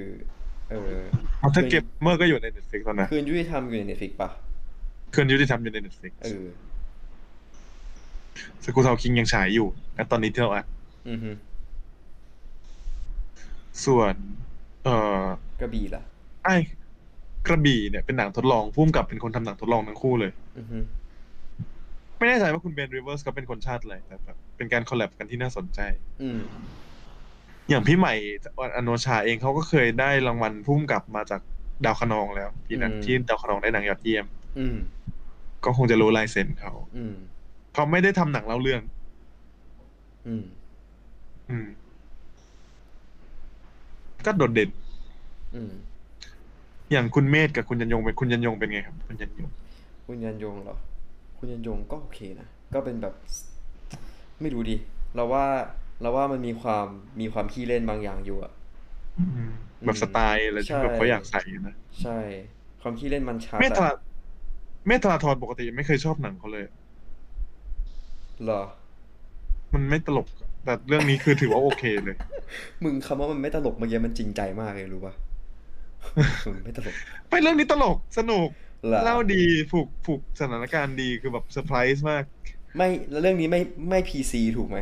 เออ
มาเธอเกมเมอร์ก็อยู่ใน Netflix แล้วนะ
คืนยุติธรรมอยู่ใน Netflix ปะ
คืนยุติธรรมอยู่ใน Netflix
เออ
สกูทาวคิงยังฉายอยู่นะตอนนี้ที่เราอัด
อือฮึ
ส่วน เอ่อก
ระบี่ล่ะ
ไอ้กระบี่เนี่ยเป็นหนังทดลองพุ่มกับเป็นคนทำหนังทดลองทั้งคู่เลย
อือฮึ
ไม่แน่ใจว่าคุณเบนริเวอร์สก็เป็นคนชาติอะไรแต่แบบเป็นการคอลแลบกันที่น่าสนใจ
อืม
อย่างพี่ใหม่อโนชาเองเขาก็เคยได้รางวัลพุ่มกับมาจากดาวคะนองแล้วปีนั้น
อืม
ที่ดาวคะนองได้หนังยอดเยี่ยม
อืม
ก็คงจะรู้ลายเซ็นเขา
อืม
เขาไม่ได้ทำหนังเล่าเรื่อง
อืม
อืม ก็โดดเด่น
อืม
อย่างคุณเมธกับคุณยันยงเป็นคุณยันยงเป็นไงครับคุณยันยง
คุณยันยงเหรอ คุณยันยงก็โอเคนะ ก็เป็นแบบ ไม่รู้ดิ เราว่า เราว่ามันมีความ มีความขี้เล่นบางอย่างอยู่อะ
แบบสไตล์อะไร
ใช่
ที่แบบเขาอยากใส่นะ
ใช่ ความขี้เล่นมันชัด
เมธา
อะ
เมธาธรปกติไม่เคยชอบหนังเขาเลย
เหรอ
มันไม่ตลก แต่เรื่องนี้คือถือว่าโอเคเลย
มึงคำว่ามันไม่ตลกเมื่อกี้มันจริงใจมากเลย รู้ปะ มันไม่ตลก
ไปเรื่องนี้ตลกสนุก
เหรอ
เล่าดีผูกผูกสถานการณ์ดีคือแบบเซอร์ไพรส์มาก
ไม่แล้วเรื่องนี้ไม่ไม่พีซีถูกไหม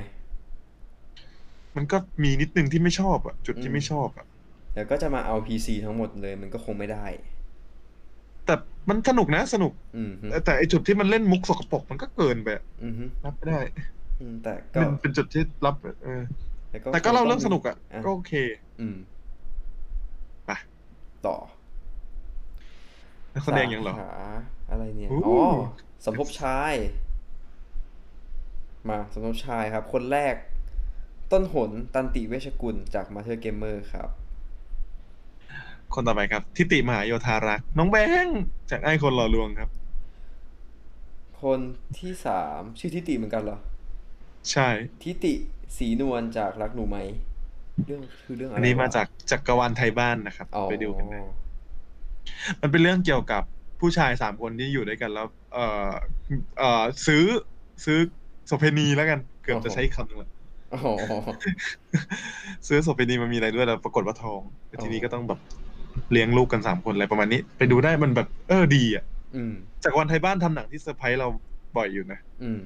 มันก็มีนิดนึงที่ไม่ชอบอ่ะ จุด
อื
ที่
ม
ไม่ชอบอ่ะ
เดี๋ยวก็จะมาเอาพีซีทั้งหมดเลยมันก็คงไม่ได้
แต่มันสนุกนะสนุก
อืมฮึ
แต่แต่ไอจุดที่มันเล่นมุกสกปรกมันก็เกินไปอะ
อืมฮึ
รับไม่ได้
อืมแต่ก็
เป็นเป็นจุดที่รับเออ
แต่
แต่ก็เล่าเรื่อง
ค
ส
ต้
นุกอ่ะก็โอเค
อืม
ไป
ต่อ
นักแสดงยังเหรอ
สาขาอะไรเนี่ย
อู้
อ๋อสมภพชาย มาสมภพชายครับ คนแรก ต้นหนตันติเวชกุลจากมาเธอเกมเมอร์ครับ
คนต่อไปครับ ทิติมหาโยธารักษ์น้องแบงค์จากไอ้คนหล่อลวงครับ
คนที่สามชื่อทิติเหมือนกันเหรอ
ใช่
ทิติศรีนวลจากรักหนูไหม เรื่องคือเรื่องอะไร
อันนี้
วะ
มาจากจักรวาลไทยบ้านนะครับ
อ๋อ
ไปดูกันได้มันเป็นเรื่องเกี่ยวกับผู้ชายสามคนที่อยู่ด้วยกันแล้ว เออเออซื้อซื้อโสเภณีแล้วกัน เกือบจะใช้คำนึงละ
อ๋อ
ซื้อโสเภณีมันมีอะไรด้วยแล้วปรากฏว่าท้องแล้วทีนี้ก็ต้องแบบเลี้ยงลูกกันสามคนอะไรประมาณนี้ ไปดูได้มันแบบเออดีอ่ะ
อืม
จักรวาลไทยบ้านทำหนังที่เซอร์ไพรส์เราบ่อยอยู่นะ
อืม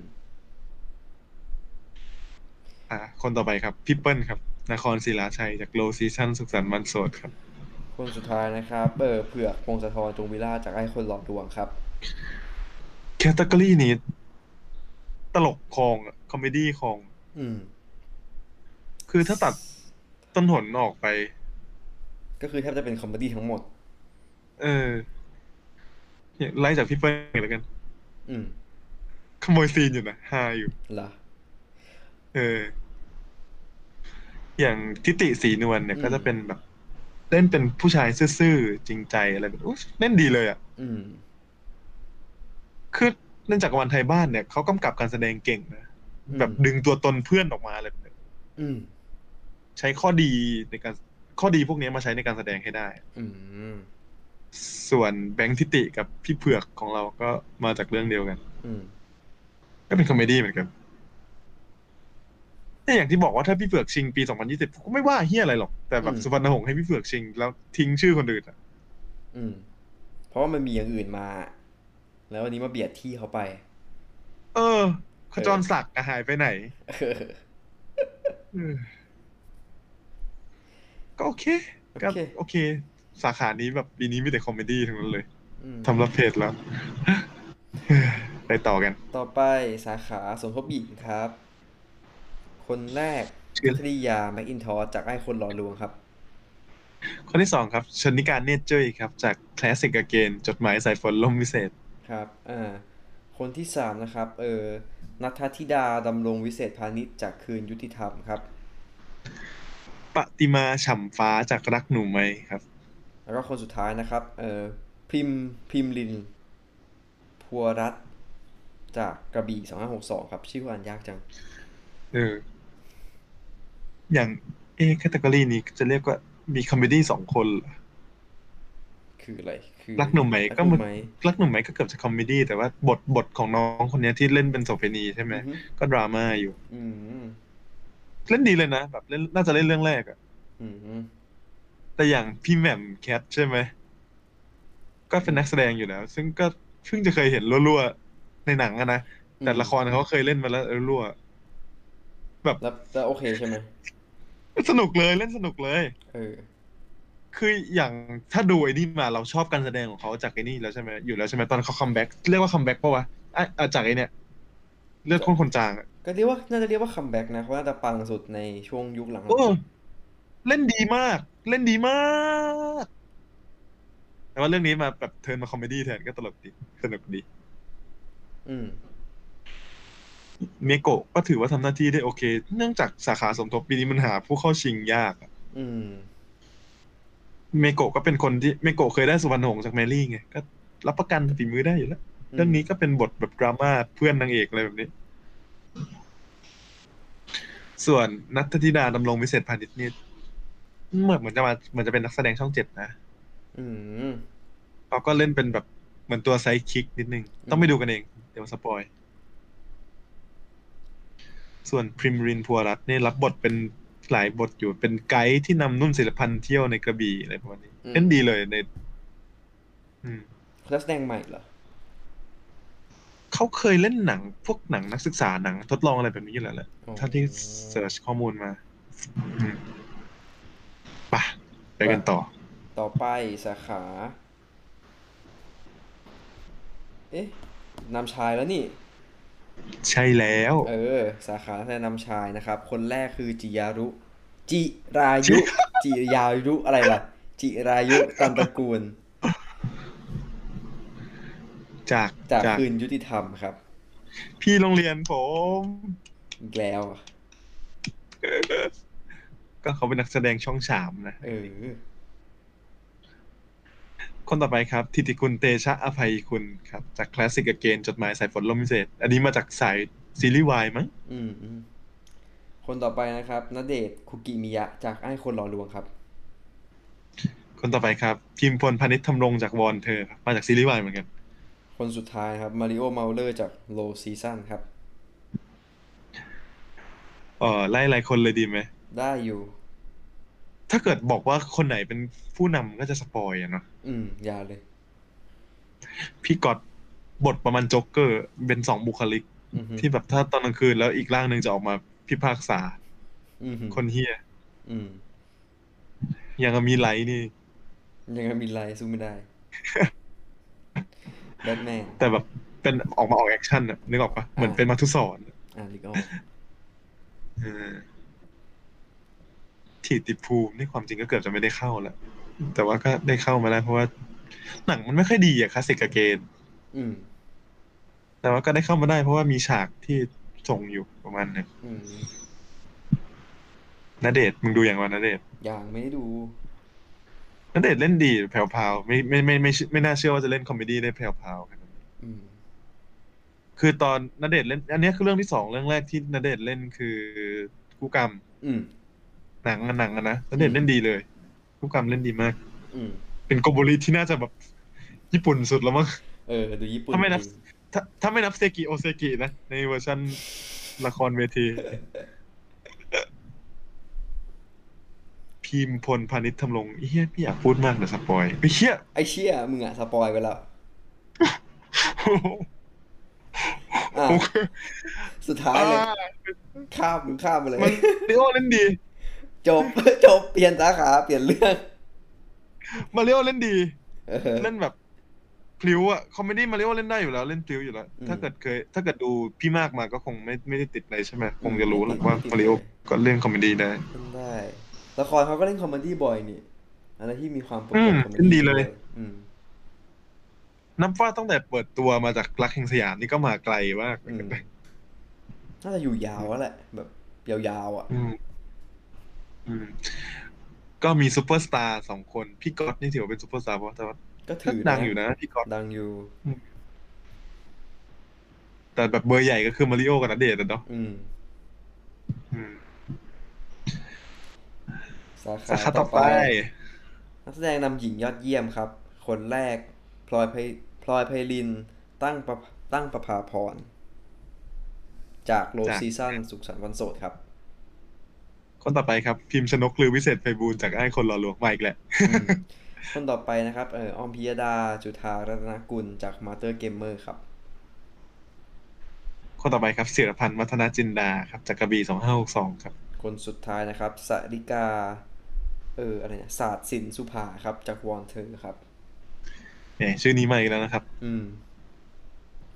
อ่ะคนต่อไปครับพี่เปิ้ลครับนครศิลาชัยจากโลซีชั่นสุขสันต์วันโสดครับ
คนสุดท้ายนะครับ เออเผือกพงศธรจงวิลาศจากไอ้คนหลอกลวงครับ
แคตตากรีนี้ ตลกคลองคอมเมดี้คลอง
อืม
คือถ้าตัดต้นหนออกไป
ก็คือแทบจะเป็นคอมเมดี้ทั้งหมด
เออไล่จากพี่เปิ้ลแล้วกัน
อืม
ขโมยซีนอยู่นะฮาอยู่
เหรอ
เออ อย่างทิติสีนวลเนี่ย
อืม
ก็จะเป็นแบบ เล่นเป็นผู้ชายซื่อๆจริงใจอะไรแบบอุ๊ยเล่นดีเลยอ่ะ
อืม
คือเล่นจากรวันไทยบ้านเนี่ยเขากำกับการแสดงเก่งนะ
อืม
แบบดึงตัวตนเพื่อนออกมาอะไรแบบเนี้ย
อืม
ใช้ข้อดีในการข้อดีพวกเนี้ยมาใช้ในการแสดงให้ได้
อืม
ส่วนแบงค์ทิติกับพี่เผือกของเราก็มาจากเรื่องเดียวกัน
อืม
ก็เป็นคอมเมดี้เหมือนกันแต่อย่างที่บอกว่าถ้าพี่เผือกชิงปี 2020ผมก็ไม่ว่าเฮียอะไรหรอก แต่แบ
อื
บ
ม
สุวรรณหงษ์ให้พี่เผือกชิง แล้วทิ้งชื่อคนอื่นอะ
อืม เพราะว่ามันมีอย่างอื่นมา แล้ววันนี้มาเบียดที่เขาไป
เออ ขจรศักดิ์อะหายไปไหนเออก็โอเคก็
โอเค
โอเค สาขานี้แบบปีนี้มีแต่คอมเมดี้ทั้งนั้นเลย
อืม
ทำรับเพจแล้ว เออไปต่อกัน
ต่อไปสาขาสมทบหญิงครับ คนแรก
ชื่
นั
อ
ทริยาแมคอินทอสจากไอ้คนหล่อลวงครับ
คนที่สองครับชนิการเนตรเจ้ยครับ จากคลาสสิกเกนจดหมายสายฝนลมวิเศษ
ครับ อ่า คนที่สามนะครับ เออนัทธิดาดำรงวิเศษพาณิชย์จากคืนยุติธรรมครับ
ปฏิมาฉ่ำฟ้าจากรักหนูไหมครับ
แล้วก็คนสุดท้ายนะครับ เออพิมพ์พิมพ์ลิน พัวรัตน์จากกระบี่สองห้าหกสองครับ ชื่ออ่านยากจัง
เออ อย่างเอ๊ะแคตตากรีนี้จะเรียกว่ามีคอมเมดี้สองคนเหรอ
คืออะไร คือ
รักหนุ่มไหม
รั
ก็
ห
มั
นุ่
น
มไหม
รักหนุ่มไหมก็เกือบจะคอมเมดี้แต่ว่าบทบทของน้องคนเนี้ยที่เล่นเป็นโสเภณีใช่ไหม
อือฮึ
ก็ดราม่าอยู่
อืม
เล่นดีเลยนะแบบเล่นน่าจะเล่นเรื่องแรกอะ
อืม
แต่อย่างพี่แหม่มแคทใช่ไหม ก็เป็นนักแสดงอยู่แล้ว ซึ่งก็เพิ่งจะเคยเห็นรั่วๆในหนังอะนะ แต่ละครเขาก็เคยเล่นมาแล้วรั่วๆแบบ
แล้วแล้วโอเคใช่ไหม
สนุกเลยเล่นสนุกเลย
เออ
คืออย่างถ้าดูไอ้นี่มาเราชอบการแสดงของเขาจากไอ้นี่แล้วใช่ไหมอยู่แล้วใช่ไหมตอนเขาคัมแบ็กเรียกว่าคัมแบ็กปะวะอ่ะอ่ะจากไอ้เนี่ยเลือดข้นคนจางอะ
ก็เรียกว่า น่าจะเรียกว่าคัมแบ็กนะ เพราะน่าจะปังสุดในช่วงยุคหลังๆ
เออเล่นดีมาก เล่นดีมากแต่ว่าเรื่องนี้มาแบบเทิร์นมาคอมเมดี้แทนก็ตลกดีสนุกดี
อืม
เมโกะก็ถือว่าทำหน้าที่ได้โอเค เนื่องจากสาขาสมทบปีนี้มันหาผู้เข้าชิงยากอะ
อืม
เมโกะก็เป็นคนที่เมโกะเคยได้สุวรรณหงส์จากแมรี่ไงก็รับประกันฝีมือได้อยู่แล้ว เรื่องนี้ก็เป็นบทแบบดราม่าเพื่อนนางเอกอะไรแบบนี้ ส่วนนัทธิดาดำรงวิเศษพาณิชย์นี่เหมือนเหมือนจะมาเหมือนจะเป็นนักแสดงช่องเจ็ดนะ
อืม
เขาก็เล่นเป็นแบบเหมือนตัวไซด์คิกนิดนึง ต้องไปดูกันเอง เดี๋ยวสปอย ส่วนพริมรินพัวรัตน์นี่รับบทเป็นหลายบทอยู่เป็นไกด์ที่นำนุ่นศิลปันธ์เที่ยวในกระบี่อะไรประมาณนี้
อืม
เล่นดีเลยใน อืม
นักแสดงใหม่เหรอ
เขาเคยเล่นหนัง พวกหนังนักศึกษาหนังทดลองอะไรแบบนี้อยู่แล้วแหละ
อ๋อ
ถ้าที่เสิร์ชข้อมูลมาอืมไปะไปกันต่อ
ต่อไปสาขา เอ๊ะนำชายแล้วนี่
ใช่แล้ว
เออ สาขาแนะนำชายนะครับ คนแรกคือจิยารุ จิรายุ จิยายุอะไรล่ะ จิรายุตันตระกูล
จาก
จากคืนยุติธรรมครับ
พี่โรงเรียนผม
อีกแล้วอ่ะ
ก็เขาเป็นนักแสดงช่องสามนะ
เออ
คนต่อไปครับทิติคุณเตชะอภัยคุณครับ จากคลาสสิกเกนจดหมายสายฝนลมพิเศษ อันนี้มาจากสายซีรีส์วายมั้ง
อืมอืมคนต่อไปนะครับณเดชน์คุกิมิยะ จากไอ้คนหล่อลวงครับ
คนต่อไปครับพิมพลพานิชย์ทำรงจากวอนเธอครับมาจากซีรีส์วายเหมือนกัน
คนสุดท้ายนะครับมาริโอเมาเลอร์จากโลซีซั่นครับ
เออไล่หลายคนเลยดีไหม
ได้อยู่
ถ้าเกิดบอกว่าคนไหนเป็นผู้นำก็จะสปอยอะเนาะ
อืมอยาเลย
พี่กอดบทประมาณโจ๊กเกอร์เป็นสองบุคลิก
อือหือ
ที่แบบถ้าตอนกลางคืนแล้วอีกร่างหนึ่งจะออกมาพิพากษา
อือหือ
คนเฮีย
อืม
ยังมีไลท์นี่
ยังไงมีไลน์สู้ไม่ได้ แบทแมน
แต่แบบ เป็นออกมาออกแอคชั่นน่ะนึกออกปะเหมือนเป็นมาทุสอน
อ่าลิกออก
เออถีติภูมินี่ความจริงก็เกือบจะไม่ได้เข้าแล้วแต่ว่าก็ได้เข้ามาแล้วเพราะว่า หนังมันไม่ค่อยดีอะคลาสสิกกับเกน
อืม
แต่ว่าก็ได้เข้ามาได้เพราะว่ามีฉากที่ส่งอยู่ประมาณหนึง
อืม
นาเดชน์มึงดูอย่างว่านาเดชน์
ยังไม่ได้ดู
ณเดชน์เล่นดีแผ่วพราวไม่ไม่ไม่ไม่ไม่ไม่น่าเชื่อว่าจะเล่นคอมเมดี้ได้แผ่วพราวขนาดนั้น
อืม
คือตอนณเดชน์เล่น อันเนี้ยคือเรื่องที่สองเรื่องแรกที่ณเดชน์เล่นคือคู่กรรม
อืม
หนังอะหนังอะนะณเดชน์เล่นดีเลยคู่กรรมเล่นดีมาก
อืม
เป็นโกโบริที่น่าจะแบบญี่ปุ่นสุดแล้วมั้ง
เออ ดูญี่ปุ่น
ทำไมนะ
จริง
ถ้าถ้าไม่นับเซกิโอเซกินะ ในเวอร์ชันละครเวที พิมพลพานิชทำลงเฮียพี่อยากพูดมากเดี๋ยวสปอยเฮีย
ไอเชี่ยมึงอะสปอยไปแล้ว อ่ะ
โอเค
สุดท้ายเลย ข้ามมึงข้ามไปเลย
มันลิโอเล่นดี
จบ จบ เปลี่ยนสาขา เปลี่ยนเรื่อง
มาริโอเล่นดี
เออ
เล่นแบบพลิ้วอะคอมเมดี้มาริโอเล่นได้อยู่แล้ว เล่นพลิ้วอยู่แล้ว
อืม
ถ้าเกิดเคย ถ้าเกิดดูพี่มากมาก็คงไม่ไม่ได้ติดอะไรใช่ไหมคงจะรู้แหละว่ามาริโอก็เล่นคอมเมดี้ได้
เล่นได้ ละครเขาก็เล่นคอมเมดี้บ่อยนี่ อันนั้นที่มีความประก
อื
บ
ม
คอมเม
เล่นดี
ดี้
เลย
ด้วอืม
นับว่าตั้งแต่เปิดตัวมาจากรักแห่งสยามนี่ก็มาไกลมาก
อืม น่าจะอยู่ยาวแล้วแหละ แบบ ยาวๆอ่ะ
อืมอืม ก็มีซูเปอร์สตาร์สองคน พี่ก๊อตนี่ถือว่าเป็นซูเปอร์สตาร์เพราะแต่ว่า
ก็ถือ
ดังอยู่นะพี่ก๊อต
ดังอยู่
แต่แบบเบอร์ใหญ่ก็คือมาริโอกับณเดชน์อะเนาะ
อืม
อืม
สาขา
สาขาต่อไป
นักแสดงนำหญิงยอดเยี่ยมครับ คนแรก พลอยไพพลอยไพลิน ตั้งประตั้งประภาพร จากโล
จาก
ซีซั่นสุขสันต์วันโสด ครับ
คนต่อไปครับ พิมพ์ชนกลือวิเศษไพบูลย์จากไอ้คนหล่อลวงมาอีกแหละ
อืมคนต่อไปนะครับ เออออมพิยดา จุธารัตนกุล จากมาเตอร์เกมเมอร์ครับ
คนต่อไปครับเสือพันธ์วัฒนจินดาครับจากกระบี่สองห้าหกสองครับ
คนสุดท้ายนะครับสริกา เออ อะไรเนี่ยศาสตร์ศิลป์สุภาครับ จากวอนเธอครับ
เนี่ยชื่อนี้มาอีกแล้วนะครับ
อืม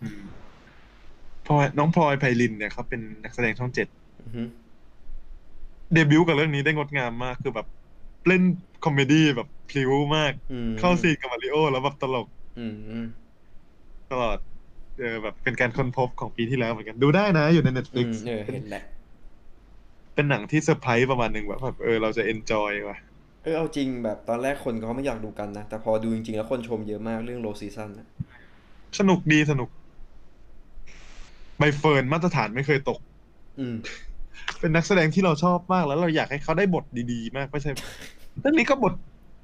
อืมพลอยน้องพลอยไพลินเนี่ยเขาเป็นนักแสดงช่องเจ็ด
อือฮึ
เดบิวต์กับเรื่องนี้ได้งดงามมากคือแบบเล่นคอมเมดี้แบบพลิ้วมาก
อืม
เข้าซีนกับมาริโอแล้วแบบตลก
อืมอืม
ตลอดเออแบบเป็นการค้นพบของปีที่แล้วเหมือนกันดูได้นะอยู่ใน
อื
Netflix
มเออ เห็นแหละ
เป็นหนังที่เซอร์ไพรส์ประมาณหนึ่งแบบแบบเออเราจะเอนจอยว่ะ
เออเอาจริงแบบตอนแรกคนก็ไม่อยากดูกันนะ แต่พอดูจริงๆ แล้วคนชมเยอะมากเรื่องโลซีซันนะ
สนุกดีสนุกใบเฟิร์นมาตรฐานไม่เคยตก
อืม
เป็นนักแสดงที่เราชอบมากแล้วเราอยากให้เขาได้บทดีๆ มากไม่ใช่ เรื่องนี้ก็บท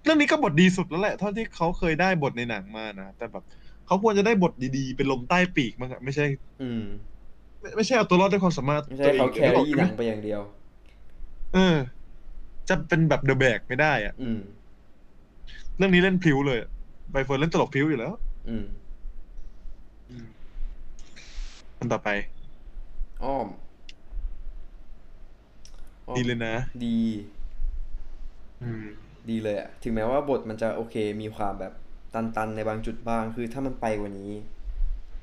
เรื่องนี้ก็บทดีสุดแล้วแหละเท่าที่เขาเคยได้บทในหนังมานะแต่แบบเขาควรจะได้บทดีๆ เป็นลมใต้ปีกมั้งอะไม่ใช่
อืม
ไม่ไม่ใช่เอาตัวรอดด้วยความสามารถ
ไม่ใช่
ตัวเอ
เขา
ง
แค
หรือเปล่า
รี่หนังไปอย่างเดียว
เออ จะเป็นแบบเดอะแบกไม่ได้อะ
อืม
เรื่องนี้เล่นพริ้วเลยใบเฟิร์นเล่นตลกพริ้วอยู่แล้ว
อืม
คนต่อไป
อ้อมอ้อม
ดีเลยนะ
ดี
อืม
ดีเลยอะถึงแม้ว่าบทมันจะโอเค มีความแบบตันๆ ในบางจุดบ้าง คือถ้ามันไปกว่านี้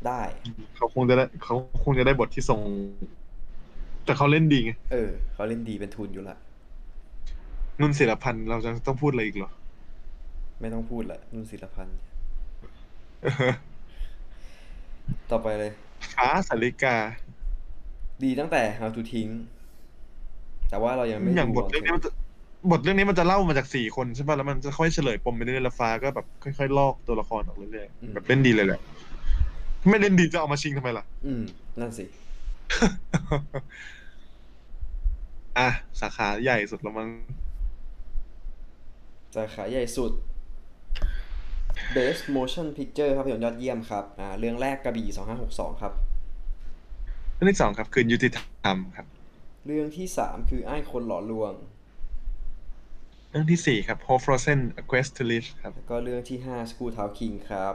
ได้
เขาคงจะได้เขาคงจะได้บทที่ทรงแต่เขาเล่นดีไง
เออ เขาเล่นดีเป็นทุนอยู่ละ
นุ่นศิลพันธ์เราจะต้องพูดอะไรอีกเหรอ
ไม่ต้องพูดละนุ่นศิลพันธ์ ต่อไปเลย
ฟ้าสาริกา
ดีตั้งแต่ How to ทิ้ง แต่ว่าเรายังไม่
อย่าง
ดู
บทเรื่องนี้มันจะบทเรื่องนี้มันจะเล่ามาจากสี่คนใช่ป่ะแล้วมันจะค่อยเฉลยปมไปเรื่อยๆแล้วฟ้าก็แบบค่อยๆลอกตัวละครออกเรื่อยๆแบบเล่นดีเลยแหละ ไม่เล่นดีจะเอามาชิงทำไมล่ะ
อืม นั่นสิ
อ่ะสาขาใหญ่สุดแล้วมั้ง
สาขาใหญ่สุด Best Motion Picture ภาพยนตร์ยอดเยี่ยมครับ อ่า เรื่องแรกกระบี่2562 ครับ
เรื่องที่สองครับ คืนยุติธรรมครับ
เรื่องที่ 3 คือไอ้ายคนหลอลวง
เรื่องที่สี่ครับ Hope Frozen A Quest to Live ครับ
แล้วก็เรื่องที่ 5 School Town King ครับ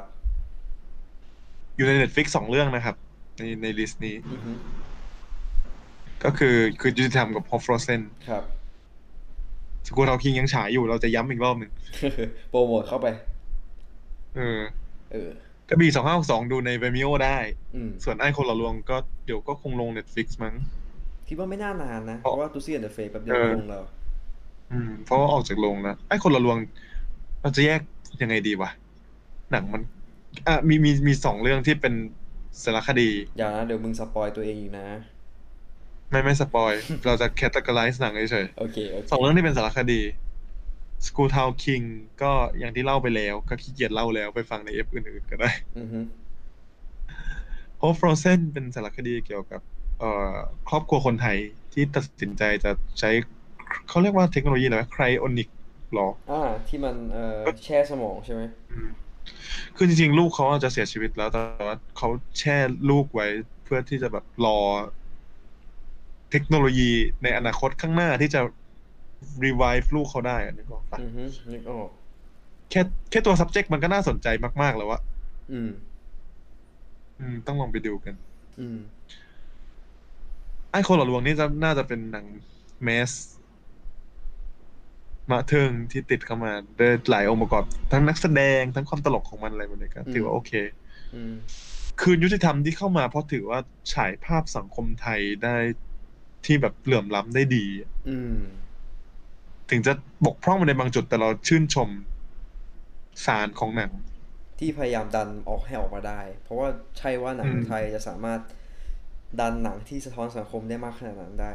อยู่ใน Netflix สองเรื่องนะครับ ในในลิสต์นี้
อือฮึ
ก็คือคือยุติธรรมกับ Hope Frozen
ครับ
สกูทาคิงยังฉายอยู่เราจะย้ำอีกรอบหนึ่ง
โปรโมทเข้าไป
เออ
เออ
กระบี่สองห้าสองดูในเวมิโอได้
อืม
ส่วนไอ้คนละลวงก็เดี๋ยวก็คงลงเน็ตฟลิกซ์มั้ง
คิดว่าไม่น่านานนะ เพราะว่าตูซี่แอนเดอะเฟสแป๊บเดียว
เออ
ลงแล้ว
อืมเพราะว่าออกจากโรงแล้วไอ้คนละลวงเราจะแยกยังไงดีวะหนังมันอ่ะมีมีมีสองเรื่องที่เป็นสารคดี
อย่านะ เดี๋ยวมึงสปอยตัวเองอยู่นะ
ไม่ไม่สปอย เราจะแคตตากรายหนังเฉย
โอเคโอ
ๆ
เค
สองเรื่องที่เป็นสารคดี School Town King ก็อย่างที่เล่าไปแล้วก็ขี้เกียจเล่าแล้วไปฟังในเอฟอื่นๆก็ได้
อือฮึ
เพราะ Frozen เป็นสารคดีเกี่ยวกับเอ่อครอบครัวคนไทยที่ตัดสินใจจะใช้เขาเรียกว่าเทคโนโลยีอะไรไครอนิกหรอ
อ่า ที่มันเอ่อแช่สมองใช่ไหม
อืมคือจริงๆ ลูกเขาอาจจะเสียชีวิตแล้ว แต่ว่าเขาแช่ลูกไว้เพื่อที่จะแบบรอ เทคโนโลยีในอนาคตข้างหน้าที่จะ revive ลูกเขาได้อะนึกออกปะ
อือฮึนึกออก
แค่แค่ตัว subject มันก็น่าสนใจมากๆ แล้วอะ
อืม
อืม ต้องลองไปดูกัน
อืม
ไอ้คนหล่อลวงนี่จะน่าจะเป็นหนังแมสมาเทิงที่ติดเข้ามาด้วยหลายองค์ประกอบ ทั้งนักแสดงทั้งความตลกของมันอะไรแบบนี้ก็ถือว่าโอเค
อืม
คืนยุติธรรมที่เข้ามาเพราะถือว่าฉายภาพสังคมไทยได้ที่แบบเหลื่อมล้ำได้ดี
อืม
ถึงจะบกพร่องไปในบางจุดแต่เราชื่นชมสารของหนัง
ที่พยายามดันออกให้ออกมาได้ เพราะว่าใช่ว่าหนัง
อืม
ไทยจะสามารถดันหนังที่สะท้อนสังคมได้มากขนาดนั้นได้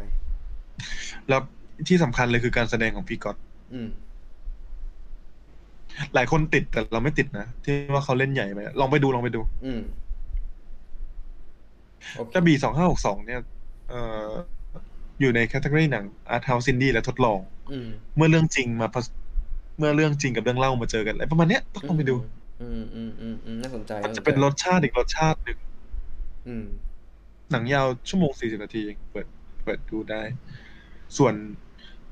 แล้วที่สำคัญเลยคือการแสดงของพี่ก๊อต
อืม
หลายคนติดแต่เราไม่ติดนะ ที่ว่าเขาเล่นใหญ่ไปลองไปดูลองไปดู
อืม โอเค
กระบี่สองห้าหกสองเนี่ยเอ่ออยู่ในแคตตาล็อหนังอาร์ทาวซินดี้และทดลอง
อืม
เมื่อเรื่องจริงมาผสเมื่อเรื่องจริงกับเรื่องเล่ามาเจอกันอะไรประมาณเนี้ยต้องลองไปดู
อืมอืมอืมอืมน่าสนใจ
มันจะเป็นรสชาติอีกรสชาติหนึ่ง
อืม
หนังยาวชั่วโมงสี่สิบนาทีเองเปิดเปิดดูได้ ส่วน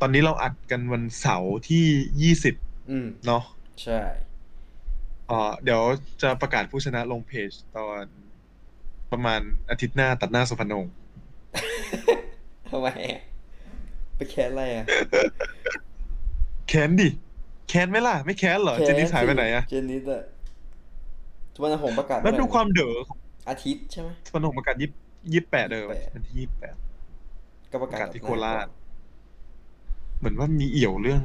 ตอนนี้เราอัดกันวันเสาร์ที่ยี่สิบ
อืม
เนาะ
ใช่
เอ่อเดี๋ยวจะประกาศผู้ชนะลงเพจตอนประมาณอาทิตย์หน้าตัดหน้าสุพรรณหงษ์
ทำไมอะไปแค้นอะไรอ่ะ
แค้นดิ แค้นไหมล่ะ ไม่แค้นเหรอ เจนนี่หายไปไหนอะ
เจนนิสอะทุกวันหงประกาศ
แล้ว
เมื่อไห
ดู
ร่นะ
ความเด๋อของ
อาทิตย์ใช่ไหม
สุพรรณหงษ์ประกาศยี่ยี่แปดเออ
28
วันที่ยี่แปด
ก็ประกาศ
ประกาศที่โคราช เหมือนว่ามีเอี่ยวเรื่อง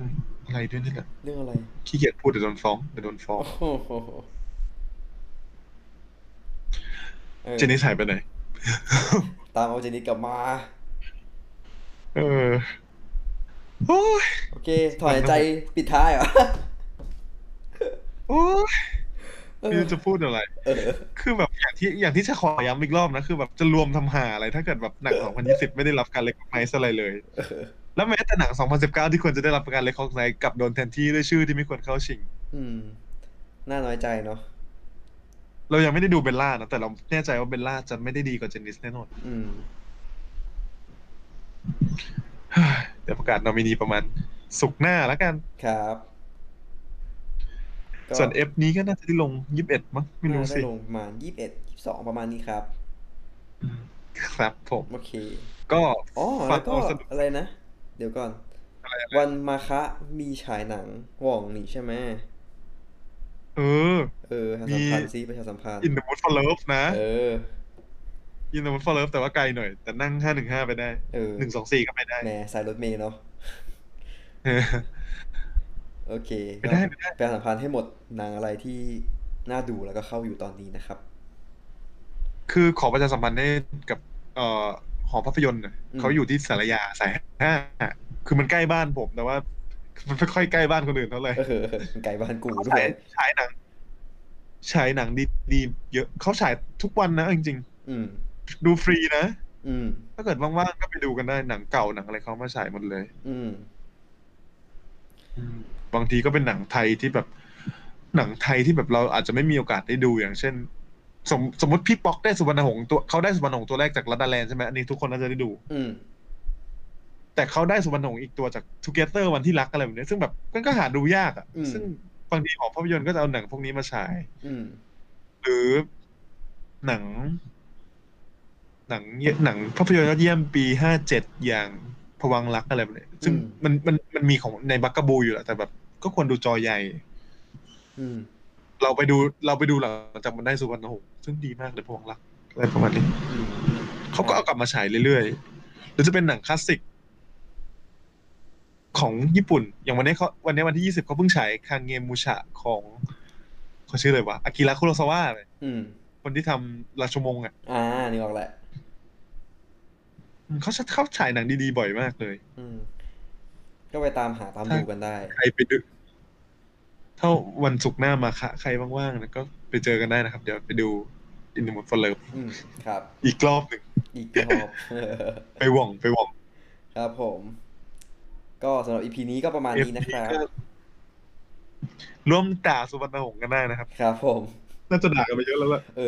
อะไรด้วยนี่แหละ
เรื่องอะไร
ขี้เกียจพูดเดี๋ยวโดนฟ้องเดี๋ยวโดนฟ้อง
โอ้โหออ
เจนนี่หายไปไหน
ตามเอาเจนนิสกลับมา
เออโอ้ย
โอเค ถอนหาย ใจปิดท้ายเหรอ
โอ้ย
เออ
ไม่รู้จะพูดอะไร
เออ
คือแบบอย่างที่อย่างที่จะขอย้ำอีกรอบนะ คือแบบจะรวมทำหาอะไร ถ้าเกิดแบบหนัง 2020 ไม่ได้รับการเลคไนซ์อะไรเลย
เออ
แล้วแม้แต่หนัง 2019 ที่ควรจะได้รับการเลคไนซ์กลับโดนแทนที่ด้วยชื่อที่ไม่ควรเข้าชิง
อืม น่าน้อยใจเนาะ
เรายังไม่ได้ดูเบลล่านะ แต่เราแน่ใจว่าเบลล่าจะไม่ได้ดีกว่าเจนนิสแน่นอน
อืม
เดี๋ยวประกาศนอมินีประมาณสุกร์หน้าแล้วกัน
ครับก็
ส่วนเอฟนี้ก็น่าจะได้ลง 21 มั้งไม่รู้
น่าจะ
สิ
ลงประมาณยี่สิบเอ็ดยี่สิบสองประมาณนี้ครับ
อืมครับผม
โอเค
ก็
อ๋อ
ฟั
แล้
ง
วก็
เอาสนุก
อะไรนะ เดี๋ยวก่อน วันมาคะมีฉายหนังหว่องนี่ใช่ไหม
เออ
เออประชาสัมพันธ์ซิประชาสัมพันธ์
อินเดอะมูดฟอร์เลิฟนะ
เออ
ยินดีฟอลเลิฟแต่ว่าไกลหน่อย แต่นั่งห้าหนึ่งห้าไปได้
เออ
หนึ่งสองสี่ก็ไปได้
แหมสายรถเมล์เนาะ
เออ
โอเค
ไม่ได้ไม่ได้
ประชาสัมพันธ์ให้หมดหนังอะไรที่น่าดูแล้วก็เข้าอยู่ตอนนี้นะครับ
คือขอประชาสัมพันธ์ให้กับ เอ่อหอภาพยนตร์น่ะ
อืม
เขาอยู่ที่สารยาสายห้าคือมันใกล้บ้านผมแต่ว่า มันไม่ค่อยใกล้บ้านคนอื่นเท่าไหร่
เออไก่บ้านกูด้ว
ฉาย
ย
ฉายหนังฉายหนังดีๆเยอะเขาฉายทุกวันนะเอาจริง
อืม
ๆ ดูฟรีนะ
อืม
ถ้าเกิดว่างๆก็ไปดูกันได้หนังเก่าหนังอะไรเขามาฉายหมดเลย
อืม
อืมบางทีก็เป็นหนังไทยที่แบบ หนังไทยที่แบบเราอาจจะไม่มีโอกาสได้ดูอย่างเช่น สมสมมติพี่ป๊อกได้สุวรรณหงษ์ตัวเขาได้สุวรรณหงษ์ตัวแรกจากลัดดาแลนด์ใช่ไหมอันนี้ทุกคนน่าจะได้ดู
อืม
แต่เขาได้สุวรรณหงษ์อีกตัวจากทูเกเตอร์วันที่รักอะไรแบบเนี้ยซึ่งแบบมันก็หาดูยากอ่ะ
อืม
ซึ่งบางทีหอภาพยนตร์ก็จะเอาหนังพวกนี้มาฉาย
อืม
หรือหนัง หนังเยหนังภาพยนตร์ยอดเยี่ยมปีห้าเจ็ดอย่างพวังค์รักอะไรแบบเนี้ยซึ่ง
อืม
มันมันมันมีของในบักกะบูอยู่แหละแต่แบบ ก็ควรดูจอใหญ่
อืม
เราไปดูเราไปดูหลังจากมันได้สุวรรณหงส์ซึ่งดีมากเลยพวงรักอะไรประมาณนี้
อืม
เขาก็เอากลับมาฉายเรื่อยๆหรือจะเป็นหนังคลาสสิก ของญี่ปุ่น อย่างวันนี้เขาวันนี้วันที่ยี่สิบเขาเพิ่งฉายคางเงมูชะของเขาชื่ออะไรวะอากิระคุโรซาวะเลย
อืม
คนที่ทำราชวงศ์อ่ะ
อ่านึกออกแหละ
อืมเขาจะเขาฉายหนังดีๆบ่อยมากเลย
อืม ก็ไปตามหาตาม
ใช่
ดูกันได้
ใครไปดูถ้าวันศุกร์หน้ามาคะใครว่างๆนะก็ไปเจอกันได้นะครับ เดี๋ยวไปดูอินดิมอนฟอลเลอร์
อืม ครับ
อีกรอบหนึ่ง
อีกรอบ
ไปหว่องไปหว่อง
ครับผม ก็สำหรับอีพีนี้ก็ประมาณนี้นะครับ
ก็ร่วมด่าสุวรรณหงส์กันได้นะครับ
ครับผม
น่าจะด่ากันไปเยอะแล้วล่ะ
เออ